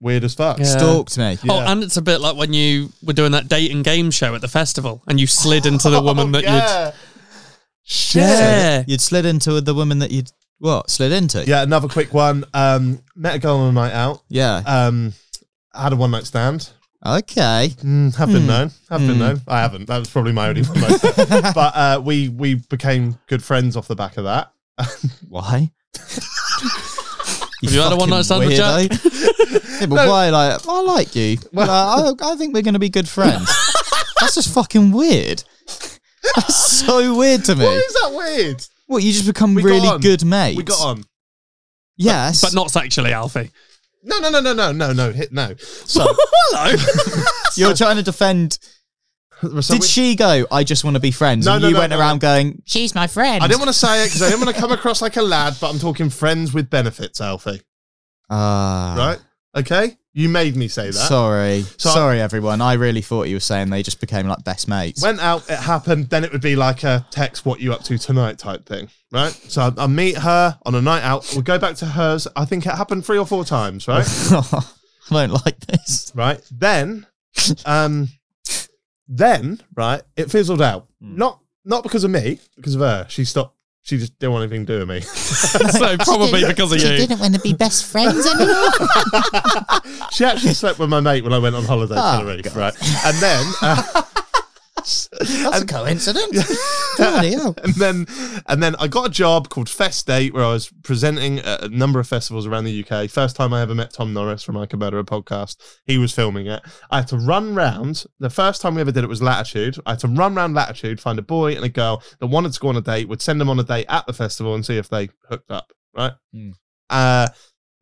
Weird as fuck.
Yeah.
stalked me.
Oh, and it's a bit like when you were doing that date and game show at the festival, and you slid into
Oh,
the woman that you'd.
yeah. Shit.
Yeah.
You'd slid into the woman that you'd what slid into?
Yeah, another quick one. Um, met a girl on a night out.
Yeah.
Um, had a one night stand.
Okay.
Mm, have
Hmm.
been known. Have been known. I haven't. That was probably my only one. night stand. but uh, we we became good friends off the back of that.
Why?
Have you had a
fucking
one-night stand with Jack?
weirdo. yeah, but why? Like, I like you. Like, I, I think we're gonna be good friends. That's just fucking weird. That's so weird to me.
Why is that weird?
What, you just become
We got
really
on.
good mates?
We got on.
Yes.
but not sexually, Alfie.
No, no, no, no, no, no, no. Hit no. So,
Hello.
You're trying to defend.
so
Did
we-
she go, I just want to be friends?
No,
and
no,
you
no,
went
no.
around going, she's my friend.
I didn't want to say it because I didn't want to come across like a lad, but I'm talking friends with benefits, Alfie.
Ah.
Right? Okay? You made me say that.
Sorry.
So-
Sorry, everyone. I really thought you were saying they just became like best mates.
Went out, it happened, then it would be like a text what you up to tonight type thing, right? So I, I meet her on a night out, we'll go back to hers. I think it happened three or four times, right?
I don't like this.
right. Then um then, right, it fizzled out.
Hmm.
Not not because of me, because of her. She stopped she just didn't want anything to do with me.
so probably because of you.
want to be best friends anymore.
She actually slept with my mate when I went on holiday to
Oh,
Tenerife, right? And then, uh,
That's a coincidence. Bloody hell.
and then, and then I got a job called Fest Date, where I was presenting at a number of festivals around the UK. First time I ever met Tom Norris from I Can Murder a podcast. He was filming it. I had to run round. The first time we ever did it was Latitude. I had to run round Latitude, find a boy and a girl that wanted to go on a date. Would send them on a date at the festival and see if they hooked up. Right.
Mm.
Uh,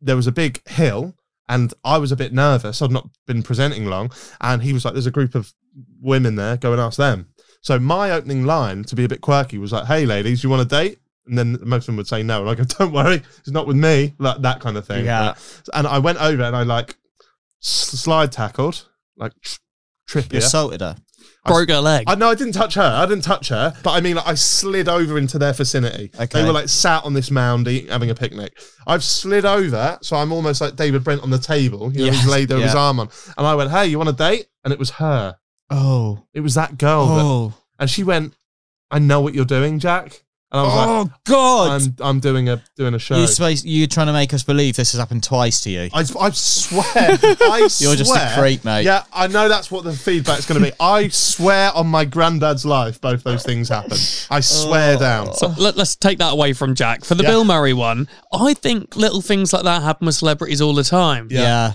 there was a big hill and I was a bit nervous. I'd not been presenting long. And he was like, there's a group of women there, go and ask them. So my opening line, to be a bit quirky, was like, hey, ladies, you want a date? And then most of them would say no. Like, don't worry, it's not with me. Like that kind of thing.
Yeah.
And I went over and I like s- slide tackled, like tr- trip
You assaulted her.
Broke her leg.
I no, I didn't touch her. I didn't touch her, but I mean, like, I slid over into their vicinity.
Okay.
They were like sat on this mound eating, having a picnic. I've slid over, so I'm almost like David Brent on the table. You know,
Yes,
he's laid over his
yeah.
arm on, and I went, "Hey, you want a date?" And it was her.
Oh.
It was that girl, that-
Oh.
and she went, "I know what you're doing, Jack." And I was like,
Oh, God.
"I'm, I'm doing a doing a show."
You're, supposed, you're trying to make us believe this has happened twice to you.
I, I swear, I
You're just a
swear-
creep, mate.
Yeah, I know that's what the feedback's going to be. I swear on my granddad's life, both those things happened. I swear
Oh.
down.
So let, us take that away from Jack. For the
Yeah.
Bill Murray one, I think little things like that happen with celebrities all the time.
yeah.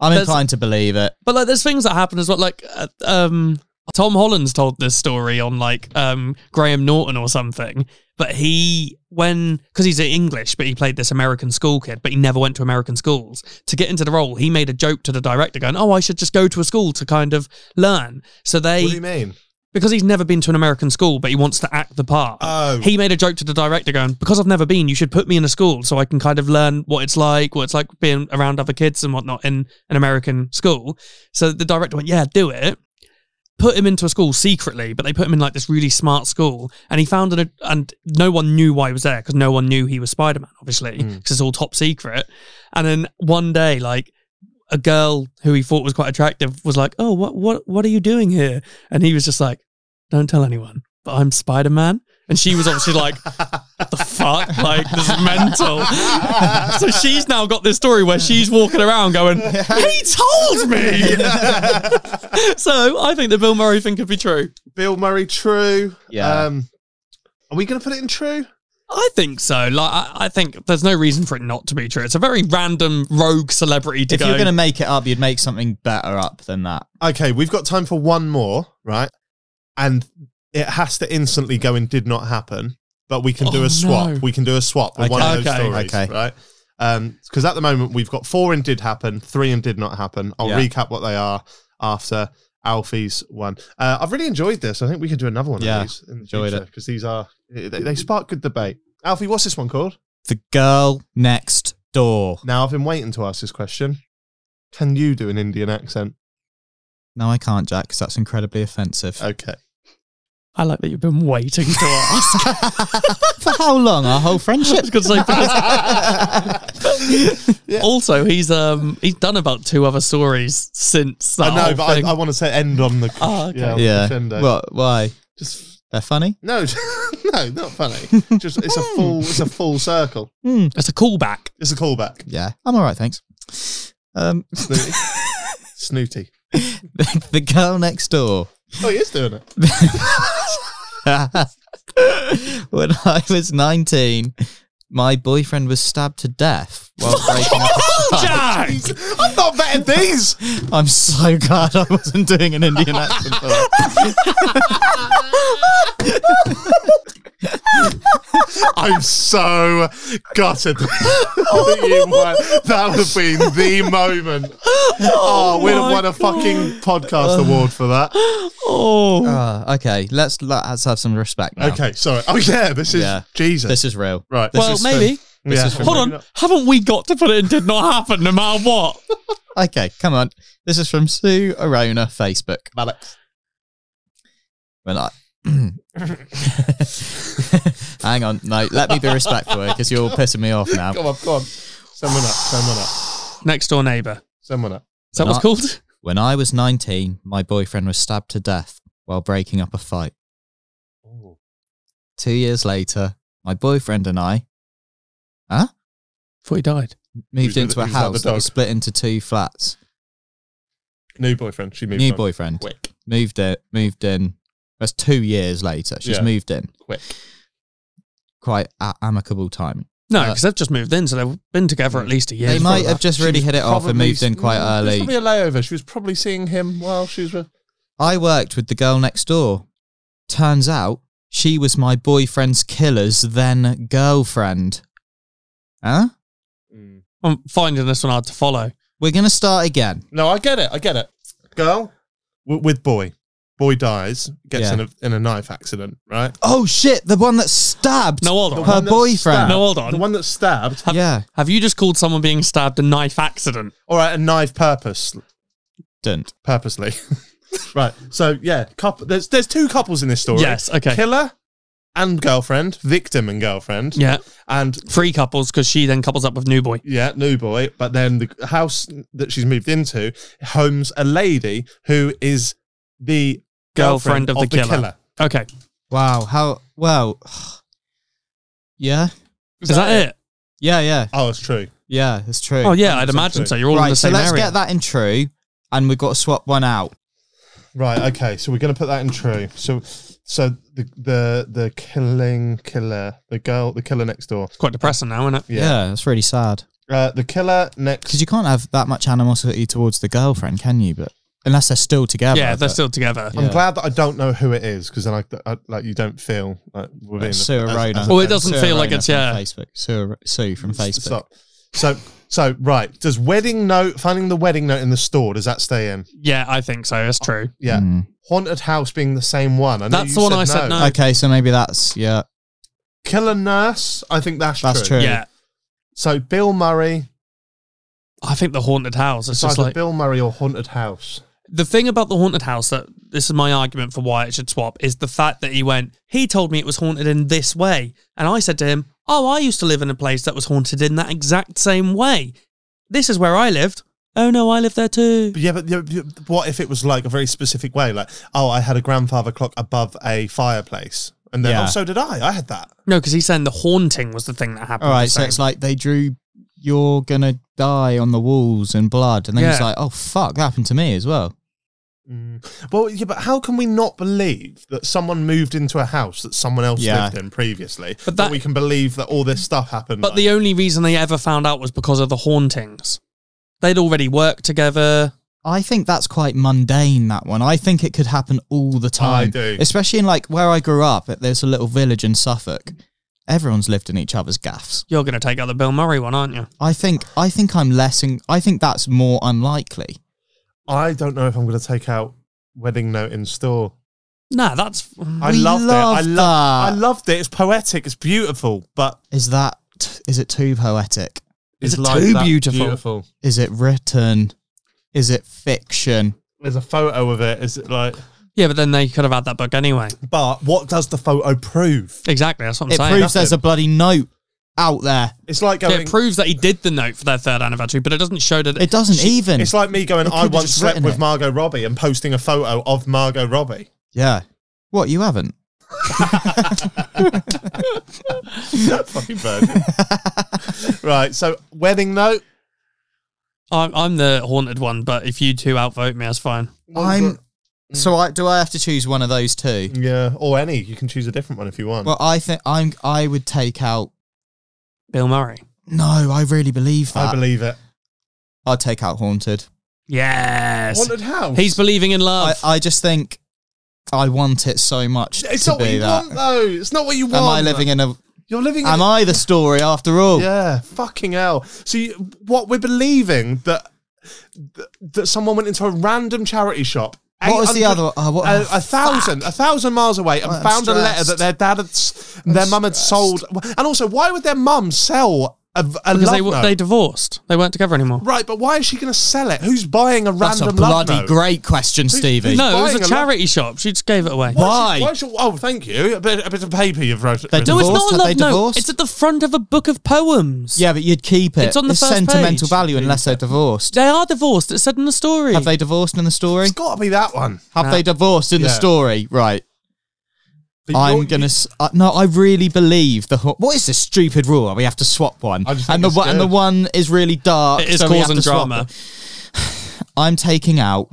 I'm
There's-
inclined to believe it.
But like, there's things that happen as well. Like, uh, um, Tom Holland's told this story on like um, Graham Norton or something. But he, when because he's English, but he played this American school kid, but he never went to American schools. To get into the role, he made a joke to the director, going, "Oh, I should just go to a school to kind of learn." So they
What do you mean?
because he's never been to an American school, but he wants to act the part.
Oh.
He made a joke to the director going, Because I've never been, you should put me in a school so I can kind of learn what it's like, what it's like being around other kids and whatnot in an American school. So the director went, Yeah, do it. Put him into a school secretly, but they put him in like this really smart school. And he found an, and no one knew why he was there because no one knew he was Spider Man, obviously, because it's all top secret. And then one day, like, a girl who he thought was quite attractive was like, "Oh, what, what, what are you doing here?" And he was just like, "Don't tell anyone, but I'm Spider Man." And she was obviously like, "What the fuck? Like this is mental." so she's now got this story where she's walking around going, "He told me." so I think the Bill Murray thing could be true.
Bill Murray, true.
Yeah.
Um, are we going to put it in true?
I think so. Like I, I think there's no reason for it not to be true. It's a very random rogue celebrity to
If
go.
you're going to make it up, you'd make something better up than that.
Okay, we've got time for one more, right? And it has to instantly go in did not happen, but we can
Oh,
do
no.
a swap. We can do a swap with one
Okay.
of those
Okay.
stories,
Okay.
right? Because at the moment we've got four and did happen, three and did not happen. I'll
Yeah.
recap what they are after Alfie's one. Uh, I've really enjoyed this. I think we could do another one of
Yeah,
these in the
enjoyed
future
it.
because these are they, they spark good debate. Alfie, what's this one called?
The girl next door.
Now I've been waiting to ask this question. Can you do an Indian accent?
No, I can't, Jack, because that's incredibly offensive.
Okay.
I like that you've been waiting to ask.
For how long? Our whole friendship?
Because like, Also, he's um he's done about two other stories since that.
I know,
whole
but
thing.
I, I want to say end on the.
Oh, okay.
Yeah. on the
yeah.
crescendo.
What? Why?
Just
They're funny?
no, no, not funny. Just it's a full, it's a full circle.
it's a callback.
It's a callback.
Yeah. I'm all right, thanks. Um,
Snooty. Snooty.
the girl next door.
Oh, he is doing it.
when I was 19, my boyfriend was stabbed to death while breaking up. a fight.
Jack!
I'm not betting these.
I'm so glad I wasn't doing an Indian accent. for that.
I'm so gutted that
Oh
you won. That would have been the moment. Oh, we'd have
my
won a fucking podcast award for that.
Oh,
Ah, okay, let's let's have some respect now.
Okay, sorry. Oh yeah, this is
Yeah.
Jesus.
this is real.
right.
This
well,
is
maybe.
this is
Hold on. Haven't we got to put it in did not happen no matter what?
Okay, come on. This is from Sue Arona Facebook. We're not. Hang on, no. Let me be respectful because you're pissing me off now.
Come on, come on. Someone up, someone up,
Next door neighbor.
someone up.
Is that what's
Not-
called?
When I was 19, my boyfriend was stabbed to death while breaking up a fight. Two years later, my boyfriend and I
Thought he died.
moved
Who's the-
into a
who's that, the
house that
dog?
was split into two flats.
New boyfriend. She moved.
New
on.
boyfriend
Quick,
moved it, moved in. That's two years later. She's
Yeah.
moved in.
quick.
Quite a- amicable time.
No,
Uh,
because they've just moved in, so they've been together at least a year.
they
before
might
that.
have just really hit it off and
Probably-
moved in quite
Mm, there's
early.
Probably a layover. She was probably seeing him while she was with.
I worked with the girl next door. Turns out she was my boyfriend's killer's then girlfriend. Huh?
I'm finding this one hard to follow.
We're going to start again.
No, I get it. I get it. Girl w- with boy. Boy dies, gets
Yeah.
in, a, in a knife accident, right?
Oh shit, the one that stabbed
No, hold
The
on.
her
one that
boyfriend.
stabbed-
No, hold on.
The one that's stabbed.
Have-
yeah.
Have you just called someone being stabbed a knife accident?
All right, a knife purpose,
Didn't.
purposely. right. So yeah, couple. There's there's two couples in this story.
Yes, okay.
Killer and girlfriend, victim and girlfriend,
Yeah.
and
Three couples, because she then couples up with new boy.
yeah, new boy. But then the house that she's moved into homes a lady who is the girlfriend, of, the, killer.
Okay.
Wow, how well Yeah.
Is, that, it?
Yeah, yeah.
Oh, it's true.
Yeah, it's true.
Oh, yeah, I'd
100%
imagine
true.
so. You're all in
right,
the
so
same
let's
area.
get that in true and we've got to swap one out.
Right. Okay. So we're going to put that in true. So, so the the the killing killer, the girl, the killer next door.
It's quite depressing now, isn't it?
Yeah, that's really sad.
Uh, the killer next.
Because you can't have that much animosity towards the girlfriend, can you? But unless they're still together.
Yeah, they're
but-
still together.
Yeah.
I'm glad that I don't know who it is because then I, I like you don't feel like we're being
That's Sue Arona.
Well, it doesn't
Sue
feel like
Arona
it's-
from
yeah.
Facebook. Sue, Ar- Sue from Facebook.
Stop. So so right. Does wedding note finding the wedding note in the store? Does that stay in?
Yeah, I think so. That's true.
Yeah.
Hmm.
Haunted house being the same one. I know
That's
you Uh,
the one I said no.
Okay, so maybe that's yeah.
Killer nurse. I think that's
That's
true.
true.
Yeah.
So Bill Murray.
I think the haunted house. It's
It's
just
either
like
Bill Murray or haunted house.
the thing about the haunted house that this is my argument for why it should swap is the fact that he went, he told me it was haunted in this way. And I said to him, Oh, I used to live in a place that was haunted in that exact same way. This is where I lived. Oh no, I live there too.
But yeah, but yeah, yeah, what if it was like a very specific way? Like, oh, I had a grandfather clock above a fireplace, and then
Yeah.
oh, so did I. I had that.
No, because he's saying the haunting was the thing that happened.
All right,
the
so
same.
it's like they drew "You're gonna die" on the walls and blood, and then he's
Yeah.
like, "Oh fuck, that happened to me as well."
Well, yeah, but how can we not believe that someone moved into a house that someone else
Yeah.
lived in previously?
But
But
that-
we can believe that all this stuff happened.
But the only reason they ever found out was because of the hauntings. They'd already worked together.
I think that's quite mundane. That one, I think it could happen all the time.
do.
especially in like where I grew up. There's a little village in Suffolk. Everyone's lived in each other's gaffs.
You're going to take out the Bill Murray one, aren't you?
I think. I think I'm less. In, I think that's more unlikely.
I don't know if I'm going to take out wedding note in store.
Nah, that's.
I
We
loved
love
it. I loved.
that.
I loved it. It's poetic. It's beautiful. But
Is that? Is it too poetic?
Is
it's
it
like
too
that
beautiful?
Is it written? Is it fiction?
There's a photo of it. Is it like?
Yeah, but then they could have had that book anyway.
But what does the photo prove?
Exactly, that's what I'm
it
saying.
proves there's a bloody note out there.
It's like
Yeah,
going.
it proves that he did the note for their third anniversary, but it doesn't show that.
It doesn't even.
It's like me going,
They
I
could've
once
just
slept
written
with
it."
Margot Robbie and posting a photo of Margot Robbie.
yeah. What you haven't?
Fucking virgin. right, so wedding note.
I'm, I'm the haunted one, but if you two outvote me, that's fine.
I'm.
mm.
So I do. I have to choose one of those two.
Yeah, or any. You can choose a different one if you want.
Well, I think I'm. I would take out.
Bill Murray.
No, I really believe that.
I believe it.
I'd take out haunted.
Yes.
Haunted house.
He's believing in
I,
love.
I just think I want it so much
It's
to
not
be
what you
that.
want, though. It's not what you want.
Am I living in a?
You're living in
Am I the story after all?
Yeah, fucking hell. So you, what we're believing that that- that someone went into a random charity shop.
What was the
800
other? Oh, what,
a, a thousand, a thousand miles away, and
I'm
found a letter that
stressed.
their dad had, s- their mum had sold. And also, why would their mum sell a, a
because
love
they
note?
they divorced. They weren't together anymore.
right, but why is she going to sell it? Who's buying a
That's a
random love
bloody
note?
great question, Stevie.
No, it was
buying
a
a
charity shop. She just gave it away.
Why? is she-
Why?
why is she- oh, thank you. A bit, a bit of paper you've wrote.
They
written.
No, it's not a
Divorced? Have
love
they
note.
divorced?
It's at the front of a book of poems.
Yeah, but you'd keep it.
It's on the first
sentimental
page.
value unless they're divorced.
They are divorced. It said in the story.
Have they divorced in the story?
It's got to be that one.
Have they divorced in the
Yeah.
story? Right.
But
I'm
you're-
gonna. s- Uh, no, I really believe the. Ho- what is this stupid rule? We have to swap one,
I just think
and the
it's
one and the
good.
one is really dark.
It is
so we have
causing
to swap
drama.
it. I'm taking out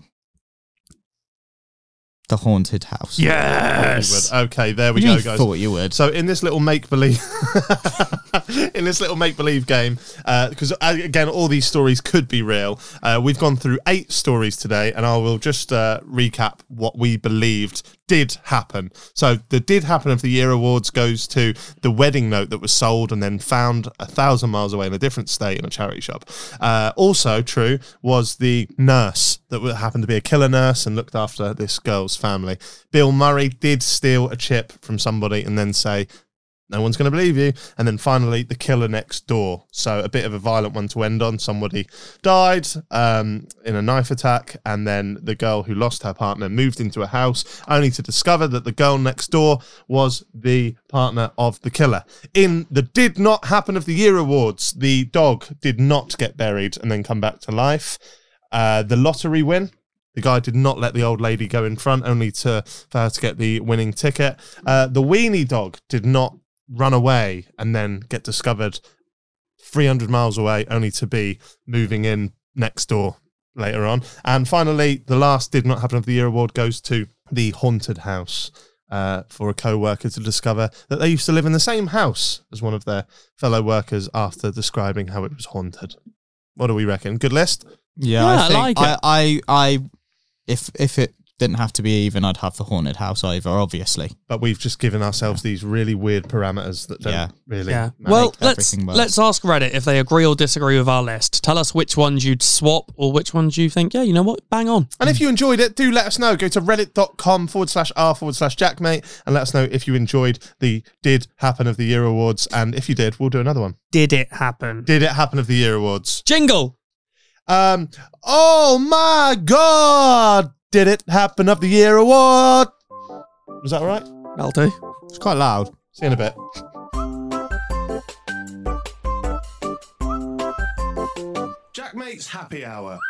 the haunted house.
Yes.
Okay, there we
you
go, guys.
thought you would.
So in this little make believe, in this little make believe game, because uh, again, all these stories could be real. Uh, we've gone through eight stories today, and I will just uh, recap what we believed did happen. So the did happen of the year awards goes to the wedding note that was sold and then found a thousand miles away in a different state in a charity shop. Uh, also true was the nurse that wa- happened to be a killer nurse and looked after this girl's family. Bill Murray did steal a chip from somebody and then say, no one's going to believe you. And then finally, the killer next door. So a bit of a violent one to end on. Somebody died um, in a knife attack, and then the girl who lost her partner moved into a house, only to discover that the girl next door was the partner of the killer. In the did not happen of the year awards, the dog did not get buried and then come back to life. Uh, the lottery win. The guy did not let the old lady go in front, only to for her to get the winning ticket. Uh, the weenie dog did not run away and then get discovered 300 miles away, only to be moving in next door later on. And finally, the last did not happen of the year award goes to the haunted house. Uh, for a co-worker to discover that they used to live in the same house as one of their fellow workers after describing how it was haunted. What do we reckon? Good list.
yeah,
Yeah,
I,
I
think
like
I,
it.
I, I, if if it didn't have to be even, I'd have the haunted house over. Obviously,
but we've just given ourselves these really weird parameters that don't
Yeah.
really.
Yeah.
Yeah.
Well, let's
everything worse.
let's ask Reddit if they agree or disagree with our list. Tell us which ones you'd swap or which ones you think, yeah, you know what, bang on.
and if you enjoyed it, do let us know. Go to reddit.com forward slash r forward slash jackmate and let us know if you enjoyed the Did Happen of the Year awards. And if you did, we'll do another one.
Did it happen?
Did It Happen of the Year awards.
Jingle.
Um, oh my God. Did It Happen of the Year award. Was that all right?
That'll do.
It's quite loud. See you in a bit.
Jackmate's happy hour.